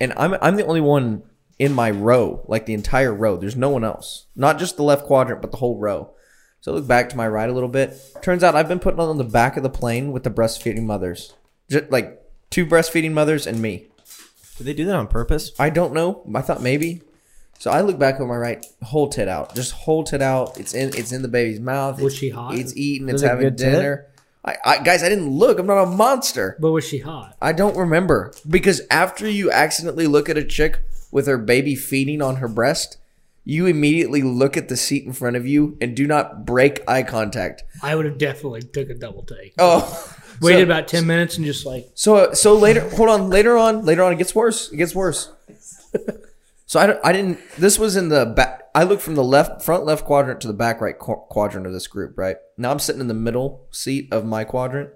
[SPEAKER 3] and I'm I'm the only one in my row, like the entire row. There's no one else. Not just the left quadrant, but the whole row. So I look back to my right a little bit. Turns out I've been putting on the back of the plane with the breastfeeding mothers, just like two breastfeeding mothers and me.
[SPEAKER 1] Did they do that on purpose?
[SPEAKER 3] I don't know. I thought maybe. So I look back over my right, whole tit out, just whole tit out. It's in, it's in the baby's mouth.
[SPEAKER 2] Was
[SPEAKER 3] it's,
[SPEAKER 2] she hot?
[SPEAKER 3] It's eating.
[SPEAKER 1] Was
[SPEAKER 3] It's
[SPEAKER 1] it
[SPEAKER 3] having
[SPEAKER 1] good tit?
[SPEAKER 3] dinner. I, I, guys, I didn't look. I'm not a monster.
[SPEAKER 2] But was she hot?
[SPEAKER 3] I don't remember because after you accidentally look at a chick with her baby feeding on her breast, you immediately look at the seat in front of you and do not break eye contact.
[SPEAKER 2] I would have definitely took a double take.
[SPEAKER 3] Oh,
[SPEAKER 2] Waited
[SPEAKER 3] so-
[SPEAKER 2] about 10 minutes and just like
[SPEAKER 3] So so later, hold on. Later on, later on, it gets worse. It gets worse. so I, don't- I didn't. This was in the back. I looked from the left front left quadrant to the back right qu- quadrant of this group. Right now, I'm sitting in the middle seat of my quadrant.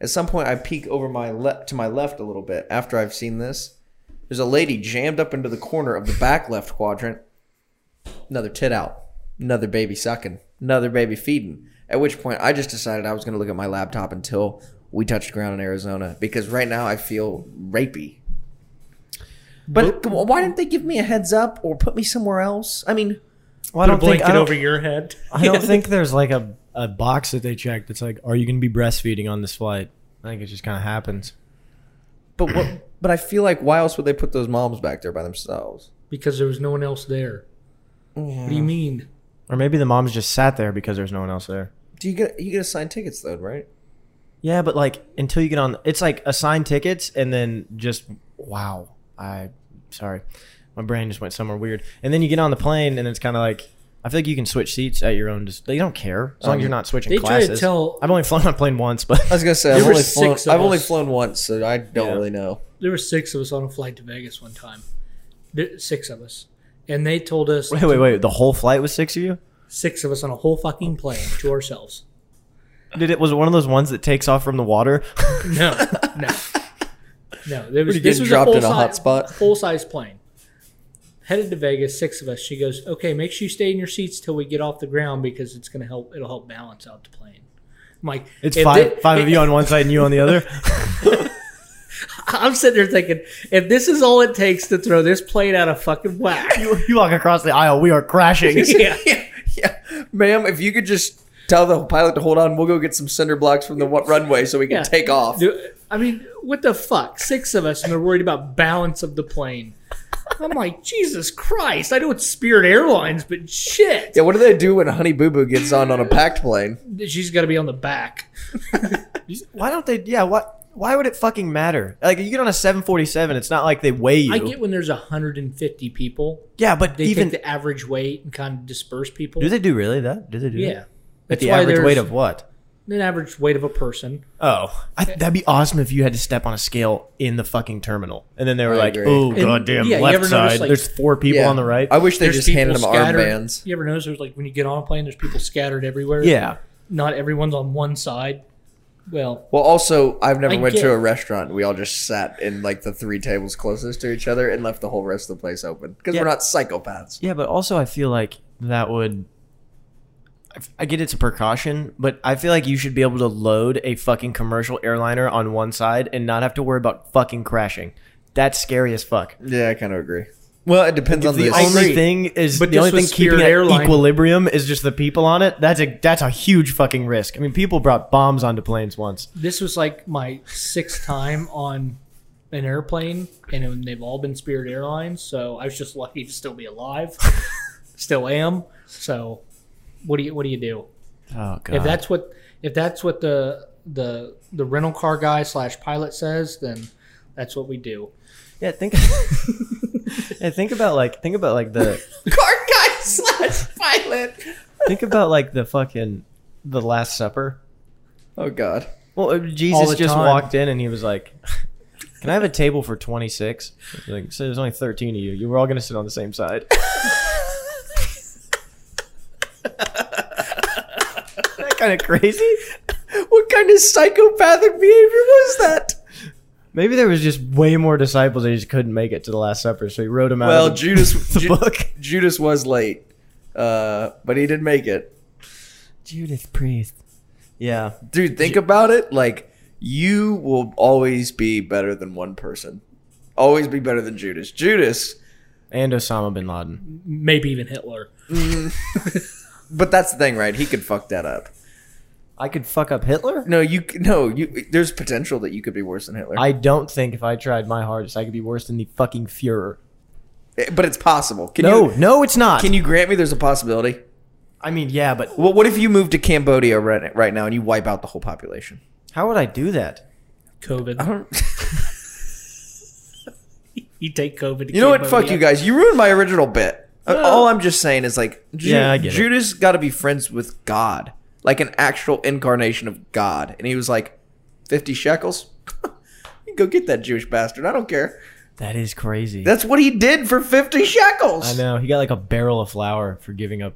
[SPEAKER 3] At some point, I peek over my left to my left a little bit after I've seen this. There's a lady jammed up into the corner of the back left quadrant. Another tit out. Another baby sucking. Another baby feeding. At which point, I just decided I was going to look at my laptop until we touched ground in Arizona because right now I feel rapey. But come on, why didn't they give me a heads up or put me somewhere else? I mean,
[SPEAKER 1] Well, I
[SPEAKER 2] put a
[SPEAKER 1] don't think
[SPEAKER 2] blanket
[SPEAKER 1] I don't,
[SPEAKER 2] over your head.
[SPEAKER 1] I don't think there's like a, a box that they check that's like, are you gonna be breastfeeding on this flight? I think it just kind of happens.
[SPEAKER 3] but what? But I feel like why else would they put those moms back there by themselves?
[SPEAKER 2] because there was no one else there. What do you mean?
[SPEAKER 1] Or maybe the moms just sat there because there's no one else there.
[SPEAKER 3] Do you get you get assigned tickets though, right?
[SPEAKER 1] Yeah, but like until you get on, it's like assign tickets and then just wow. I sorry, my brain just went somewhere weird. And then you get on the plane and it's kind of like I feel like you can switch seats at your own. dis They don't care as long as you're not switching
[SPEAKER 2] they try to
[SPEAKER 1] classes.
[SPEAKER 2] tell-
[SPEAKER 1] I've only flown on a plane once, but
[SPEAKER 3] I was gonna say
[SPEAKER 2] There
[SPEAKER 3] I've
[SPEAKER 2] were
[SPEAKER 3] only flown
[SPEAKER 2] six of
[SPEAKER 3] I've only
[SPEAKER 2] us.
[SPEAKER 3] flown once, so I don't
[SPEAKER 1] Yeah.
[SPEAKER 3] really know.
[SPEAKER 2] There were six of us on a flight to Vegas one time. There, six of us. And they told us
[SPEAKER 1] wait, wait, wait. The whole flight was six of you.
[SPEAKER 2] six of us on a whole fucking plane to ourselves.
[SPEAKER 1] Did it was it one of those ones that takes off from the water?
[SPEAKER 2] No, no, no. There was,
[SPEAKER 3] you
[SPEAKER 2] this
[SPEAKER 3] getting
[SPEAKER 2] was
[SPEAKER 3] dropped
[SPEAKER 2] a full
[SPEAKER 3] in a hot
[SPEAKER 2] size,
[SPEAKER 3] spot?
[SPEAKER 2] full size plane. Headed to Vegas, six of us. She goes, "Okay, make sure you stay in your seats till we get off the ground because it's going to help. It'll help balance out the plane." I'm like,
[SPEAKER 1] It's
[SPEAKER 2] if
[SPEAKER 1] five
[SPEAKER 2] thi-
[SPEAKER 1] five of you on one side and you on the other.
[SPEAKER 2] I'm sitting there thinking, if this is all it takes to throw this plane out of fucking whack,
[SPEAKER 1] you, you walk across the aisle. We are crashing.
[SPEAKER 2] yeah,
[SPEAKER 3] yeah, yeah, ma'am. If you could just tell the pilot to hold on, we'll go get some cinder blocks from the wa- runway so we can
[SPEAKER 2] Yeah.
[SPEAKER 3] take off.
[SPEAKER 2] Do- I mean, what the fuck? Six of us, and they're worried about balance of the plane. I'm like, Jesus Christ! I know it's Spirit Airlines, but shit.
[SPEAKER 3] Yeah, what do they do when Honey Boo Boo gets on on a packed plane?
[SPEAKER 2] she's got to be on the back.
[SPEAKER 1] Why don't they? Yeah, what? Why would it fucking matter? Like you get on a 747, it's not like they weigh you.
[SPEAKER 2] I get when there's 150 people,
[SPEAKER 1] yeah, but
[SPEAKER 2] they
[SPEAKER 1] even
[SPEAKER 2] take the average weight and kind of disperse people.
[SPEAKER 1] do they do really that? Do they do?
[SPEAKER 2] Yeah,
[SPEAKER 1] that?
[SPEAKER 2] That's
[SPEAKER 1] at the
[SPEAKER 2] why
[SPEAKER 1] average
[SPEAKER 2] there's
[SPEAKER 1] weight of what?
[SPEAKER 2] an average weight of a person.
[SPEAKER 1] Oh, I, that'd be awesome if you had to step on a scale in the fucking terminal, and then they were
[SPEAKER 3] I
[SPEAKER 1] like,
[SPEAKER 3] agree.
[SPEAKER 1] "Oh
[SPEAKER 2] And-
[SPEAKER 1] goddamn,
[SPEAKER 2] yeah, you ever
[SPEAKER 1] left
[SPEAKER 2] notice,
[SPEAKER 1] side.
[SPEAKER 2] like-
[SPEAKER 1] there's four people
[SPEAKER 3] Yeah.
[SPEAKER 1] on the right."
[SPEAKER 3] I wish they
[SPEAKER 2] There's
[SPEAKER 3] just handed them
[SPEAKER 2] people scattered-
[SPEAKER 3] armbands.
[SPEAKER 2] You ever notice there's like when you get on a plane, there's people scattered everywhere.
[SPEAKER 1] yeah,
[SPEAKER 2] not everyone's on one side. Well,
[SPEAKER 3] Well, also, I've never
[SPEAKER 2] I
[SPEAKER 3] went
[SPEAKER 2] get-
[SPEAKER 3] to a restaurant. We all just sat in like the three tables closest to each other and left the whole rest of the place open because
[SPEAKER 1] Yeah.
[SPEAKER 3] we're not psychopaths.
[SPEAKER 1] yeah, but also I feel like that would. I get it's a precaution, but I feel like you should be able to load a fucking commercial airliner on one side and not have to worry about fucking crashing. That's scary as fuck.
[SPEAKER 3] Yeah, I kind of agree. Well, it depends on
[SPEAKER 1] The
[SPEAKER 3] the.
[SPEAKER 1] only
[SPEAKER 2] agree.
[SPEAKER 1] thing is
[SPEAKER 2] But
[SPEAKER 1] the
[SPEAKER 2] this
[SPEAKER 1] only thing
[SPEAKER 2] was
[SPEAKER 1] keeping
[SPEAKER 2] Spirit
[SPEAKER 1] it
[SPEAKER 2] Airline.
[SPEAKER 1] equilibrium is just the people on it. That's a that's a huge fucking risk. I mean, people brought bombs onto planes once.
[SPEAKER 2] This was like my sixth time on an airplane, and it- they've all been Spirit Airlines, so I was just lucky to still be alive. still am. So, what do you what do you do
[SPEAKER 1] Oh god.
[SPEAKER 2] if
[SPEAKER 3] Uh,
[SPEAKER 2] that's what if that's what the the the rental car guy slash pilot says? Then that's what we do.
[SPEAKER 1] yeah, think Yeah, think about like think about like the
[SPEAKER 3] car guy slash pilot.
[SPEAKER 1] think about like the fucking the last supper.
[SPEAKER 3] Oh God.
[SPEAKER 1] Well, uh, Jesus
[SPEAKER 2] the
[SPEAKER 1] just
[SPEAKER 2] time.
[SPEAKER 1] walked in and he was like, "Can I have a table for 26?" Like, so there's only 13 of you. You were all going to sit on the same side. that kind of crazy.
[SPEAKER 3] What kind of psychopathic behavior was that?
[SPEAKER 1] Maybe there was just way more disciples that just couldn't make it to the Last Supper, so he wrote them out.
[SPEAKER 3] Well,
[SPEAKER 1] of the,
[SPEAKER 3] Judas.
[SPEAKER 1] the
[SPEAKER 3] Ju-
[SPEAKER 1] book.
[SPEAKER 3] Judas was late, uh, but he did make it.
[SPEAKER 1] Judith Priest. Yeah,
[SPEAKER 3] Dude, think about it. Like you will always be better than one person. Always be better than Judas. Judas,
[SPEAKER 1] and Osama bin Laden.
[SPEAKER 2] Maybe even Hitler.
[SPEAKER 3] but that's the thing, right? He could fuck that up.
[SPEAKER 1] I could fuck up Hitler.
[SPEAKER 3] No, you c- no, you there's potential that you could be worse than Hitler.
[SPEAKER 1] I don't think if I tried my hardest, I could be worse than the fucking Fuhrer.
[SPEAKER 3] Eh, but it's possible. Can
[SPEAKER 1] No,
[SPEAKER 3] you
[SPEAKER 1] no, it's not.
[SPEAKER 3] can you grant me there's a possibility?
[SPEAKER 1] I mean, yeah, but
[SPEAKER 3] Well, what if you move to Cambodia right, right now and you wipe out the whole population?
[SPEAKER 1] how would I do that?
[SPEAKER 3] I
[SPEAKER 2] COVID.
[SPEAKER 3] don't
[SPEAKER 2] You take COVID. to
[SPEAKER 3] You know what? Fuck
[SPEAKER 2] Cambodia.
[SPEAKER 3] you guys. You ruined my original bit. Uh, All I'm just saying is like, Ju-
[SPEAKER 1] Yeah, I get it.
[SPEAKER 3] Judas got to be friends with God, like an actual incarnation of God. And he was like, 50 shekels? You Go get that Jewish bastard. I don't care.
[SPEAKER 1] That is crazy.
[SPEAKER 3] That's what he did for 50
[SPEAKER 1] I
[SPEAKER 3] shekels.
[SPEAKER 1] know. He got like a barrel of flour for giving up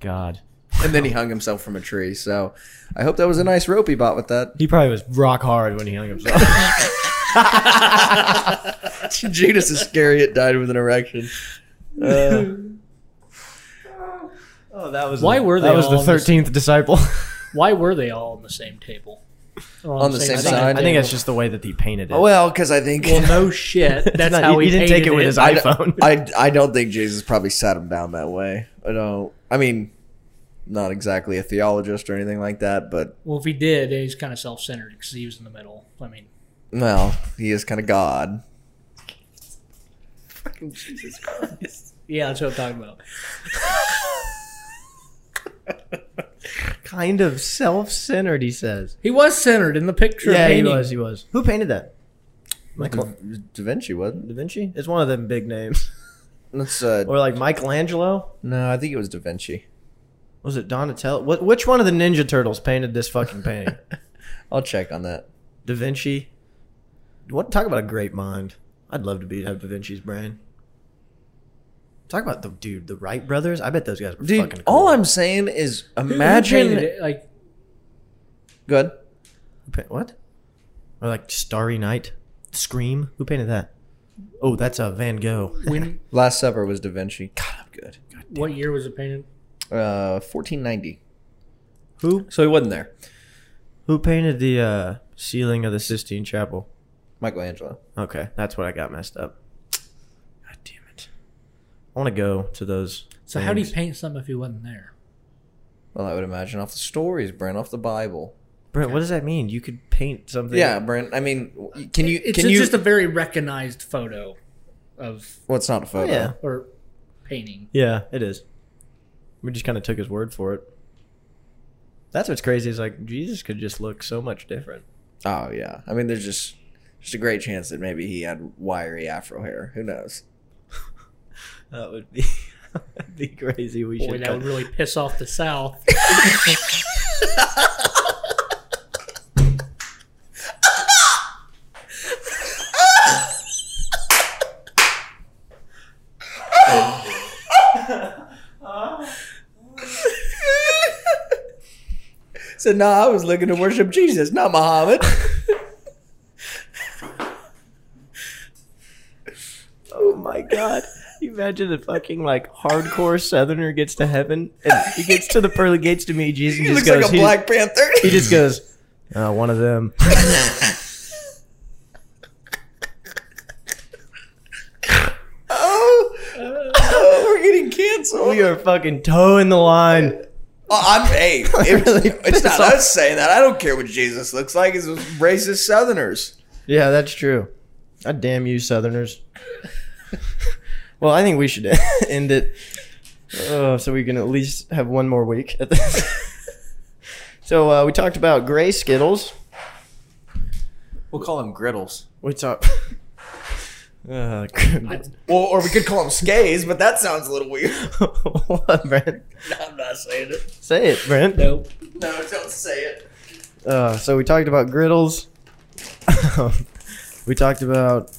[SPEAKER 1] God.
[SPEAKER 3] And then he hung himself from a tree. So I hope that was a nice rope he bought with that.
[SPEAKER 1] He probably was rock hard when he hung himself.
[SPEAKER 3] Judas Iscariot died with an erection. Uh,
[SPEAKER 1] oh, that was
[SPEAKER 2] Why
[SPEAKER 1] the,
[SPEAKER 2] were they
[SPEAKER 1] That was
[SPEAKER 2] all
[SPEAKER 1] the
[SPEAKER 2] on this-
[SPEAKER 1] thirteenth disciple.
[SPEAKER 2] Why were they all on the same table? Or
[SPEAKER 3] On the same
[SPEAKER 1] I, think,
[SPEAKER 3] side.
[SPEAKER 1] I think that's just the way that he painted it.
[SPEAKER 3] well, because I think.
[SPEAKER 2] Well, no shit. That's
[SPEAKER 1] not-
[SPEAKER 2] how
[SPEAKER 1] he-
[SPEAKER 2] he,
[SPEAKER 1] he didn't take it
[SPEAKER 2] painted
[SPEAKER 1] with his
[SPEAKER 3] I,
[SPEAKER 1] iPhone.
[SPEAKER 3] I, I don't think Jesus probably sat him down that way. I don't. I mean, not exactly a theologist or anything like that, but
[SPEAKER 2] Well, if he did, he's kind of self-centered because he was in the middle. I mean,
[SPEAKER 3] well, he is kind of God.
[SPEAKER 2] yeah, that's what I'm talking about.
[SPEAKER 1] kind of self-centered, he says.
[SPEAKER 2] He was centered in the picture.
[SPEAKER 1] Yeah, he
[SPEAKER 2] painting.
[SPEAKER 1] was. He was. Who painted that? Michael
[SPEAKER 3] Da Vinci wasn't.
[SPEAKER 1] Da Vinci. It's one of them big names,
[SPEAKER 3] That's uh,
[SPEAKER 1] or like Michelangelo.
[SPEAKER 3] no, I think it was Da Vinci.
[SPEAKER 1] Was it Donatello? What? Which one of the Ninja Turtles painted this fucking painting?
[SPEAKER 3] I'll check on that.
[SPEAKER 1] da Vinci. What? Talk about a great mind. I'd love to be have Da Vinci's brain. Talk about the dude, the Wright brothers. I bet those guys were
[SPEAKER 3] Dude,
[SPEAKER 1] fucking. Cool.
[SPEAKER 3] all I'm saying is
[SPEAKER 2] Who- who painted
[SPEAKER 3] imagine.
[SPEAKER 2] it? like
[SPEAKER 3] Good.
[SPEAKER 1] Pa- what? Or like Starry Night, Scream. Who painted that? Oh, that's a Van Gogh.
[SPEAKER 2] when?
[SPEAKER 3] Last Supper was Da Vinci. God, I'm good.
[SPEAKER 2] what year was it painted?
[SPEAKER 3] Uh, 1490.
[SPEAKER 1] Who?
[SPEAKER 3] So he wasn't there.
[SPEAKER 1] Who painted the uh, ceiling of the Sistine Chapel?
[SPEAKER 3] Michelangelo.
[SPEAKER 1] Okay, that's what I got messed up. God damn it! I want to go to those.
[SPEAKER 2] So how do you
[SPEAKER 1] things.
[SPEAKER 2] paint something if he wasn't there?
[SPEAKER 3] Well, I would imagine off the stories, Brent, off the Bible.
[SPEAKER 1] Brent, what does that mean? You could paint something.
[SPEAKER 3] Yeah, Brent. I mean, can you?
[SPEAKER 2] It's,
[SPEAKER 3] can
[SPEAKER 2] it's
[SPEAKER 3] you?
[SPEAKER 2] just a very recognized photo of
[SPEAKER 3] well, it's not a photo.
[SPEAKER 1] Oh, Yeah.
[SPEAKER 2] or painting.
[SPEAKER 1] Yeah, it is. We just kind of took his word for it. That's what's crazy is like Jesus could just look so much different.
[SPEAKER 3] Oh yeah. I mean, there's just just a great chance that maybe he had wiry afro hair. Who knows?
[SPEAKER 1] That would be that would be crazy. We
[SPEAKER 2] Boy,
[SPEAKER 1] should.
[SPEAKER 2] that would
[SPEAKER 1] Cut.
[SPEAKER 2] really piss off the South.
[SPEAKER 3] So no, I was looking to worship Jesus, not Muhammad.
[SPEAKER 1] Oh my God! You you imagine a fucking like hardcore Southerner gets to heaven and he gets to the pearly gates to meet Jesus and
[SPEAKER 4] He
[SPEAKER 1] just goes,
[SPEAKER 4] looks like a
[SPEAKER 1] he-
[SPEAKER 4] Black Panther.
[SPEAKER 1] he, just goes, "Uh, one of them.
[SPEAKER 4] oh, oh, we're getting canceled.
[SPEAKER 1] we are fucking toeing the line.
[SPEAKER 4] Oh, I'm hey, it-
[SPEAKER 1] really
[SPEAKER 4] it's
[SPEAKER 1] pissed
[SPEAKER 4] not
[SPEAKER 1] off.
[SPEAKER 4] us saying that. I don't care what Jesus looks like. It's those racist Southerners.
[SPEAKER 1] Yeah, that's true. God damn you, Southerners. well, I think we should end it uh, so we can at least have one more week at this. so uh, we talked about gray Skittles.
[SPEAKER 4] We'll call them griddles.
[SPEAKER 1] We talked. Uh,
[SPEAKER 4] Well, or we could call them skays, but that sounds a little weird.
[SPEAKER 1] what, Brent?
[SPEAKER 4] No, I'm not saying it.
[SPEAKER 1] Say it, Brent.
[SPEAKER 2] Nope.
[SPEAKER 4] No, don't say it.
[SPEAKER 1] Uh, so we talked about griddles. Um, we talked about.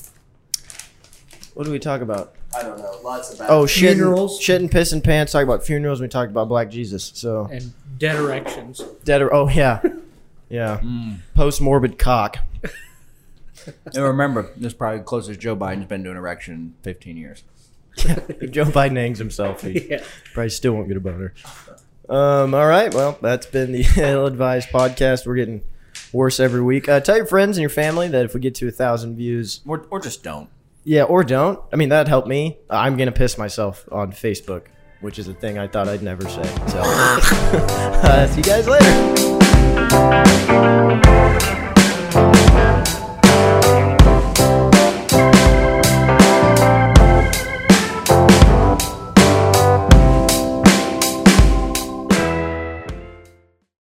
[SPEAKER 1] What do we talk about?
[SPEAKER 4] I don't know. Lots of bad.
[SPEAKER 1] Oh, shit
[SPEAKER 2] Funerals.
[SPEAKER 1] And, shit and piss and pants. Talked about funerals. We talked about Black Jesus. So
[SPEAKER 2] And dead erections.
[SPEAKER 1] dead or oh yeah, yeah. Post morbid cock.
[SPEAKER 3] And remember, this is probably the closest Joe Biden's been to an erection in 15 years.
[SPEAKER 1] If Joe Biden hangs himself, he
[SPEAKER 2] Yeah.
[SPEAKER 1] probably still won't get a boner. Um. All right. Well, that's been the ill advised podcast. We're getting worse every week. Uh, tell your friends and your family that if we get to a thousand views,
[SPEAKER 3] Or, or just don't.
[SPEAKER 1] Yeah, or don't. I mean, that helped me. I'm gonna piss myself on Facebook, which is a thing I thought I'd never say. So, uh, see you guys later.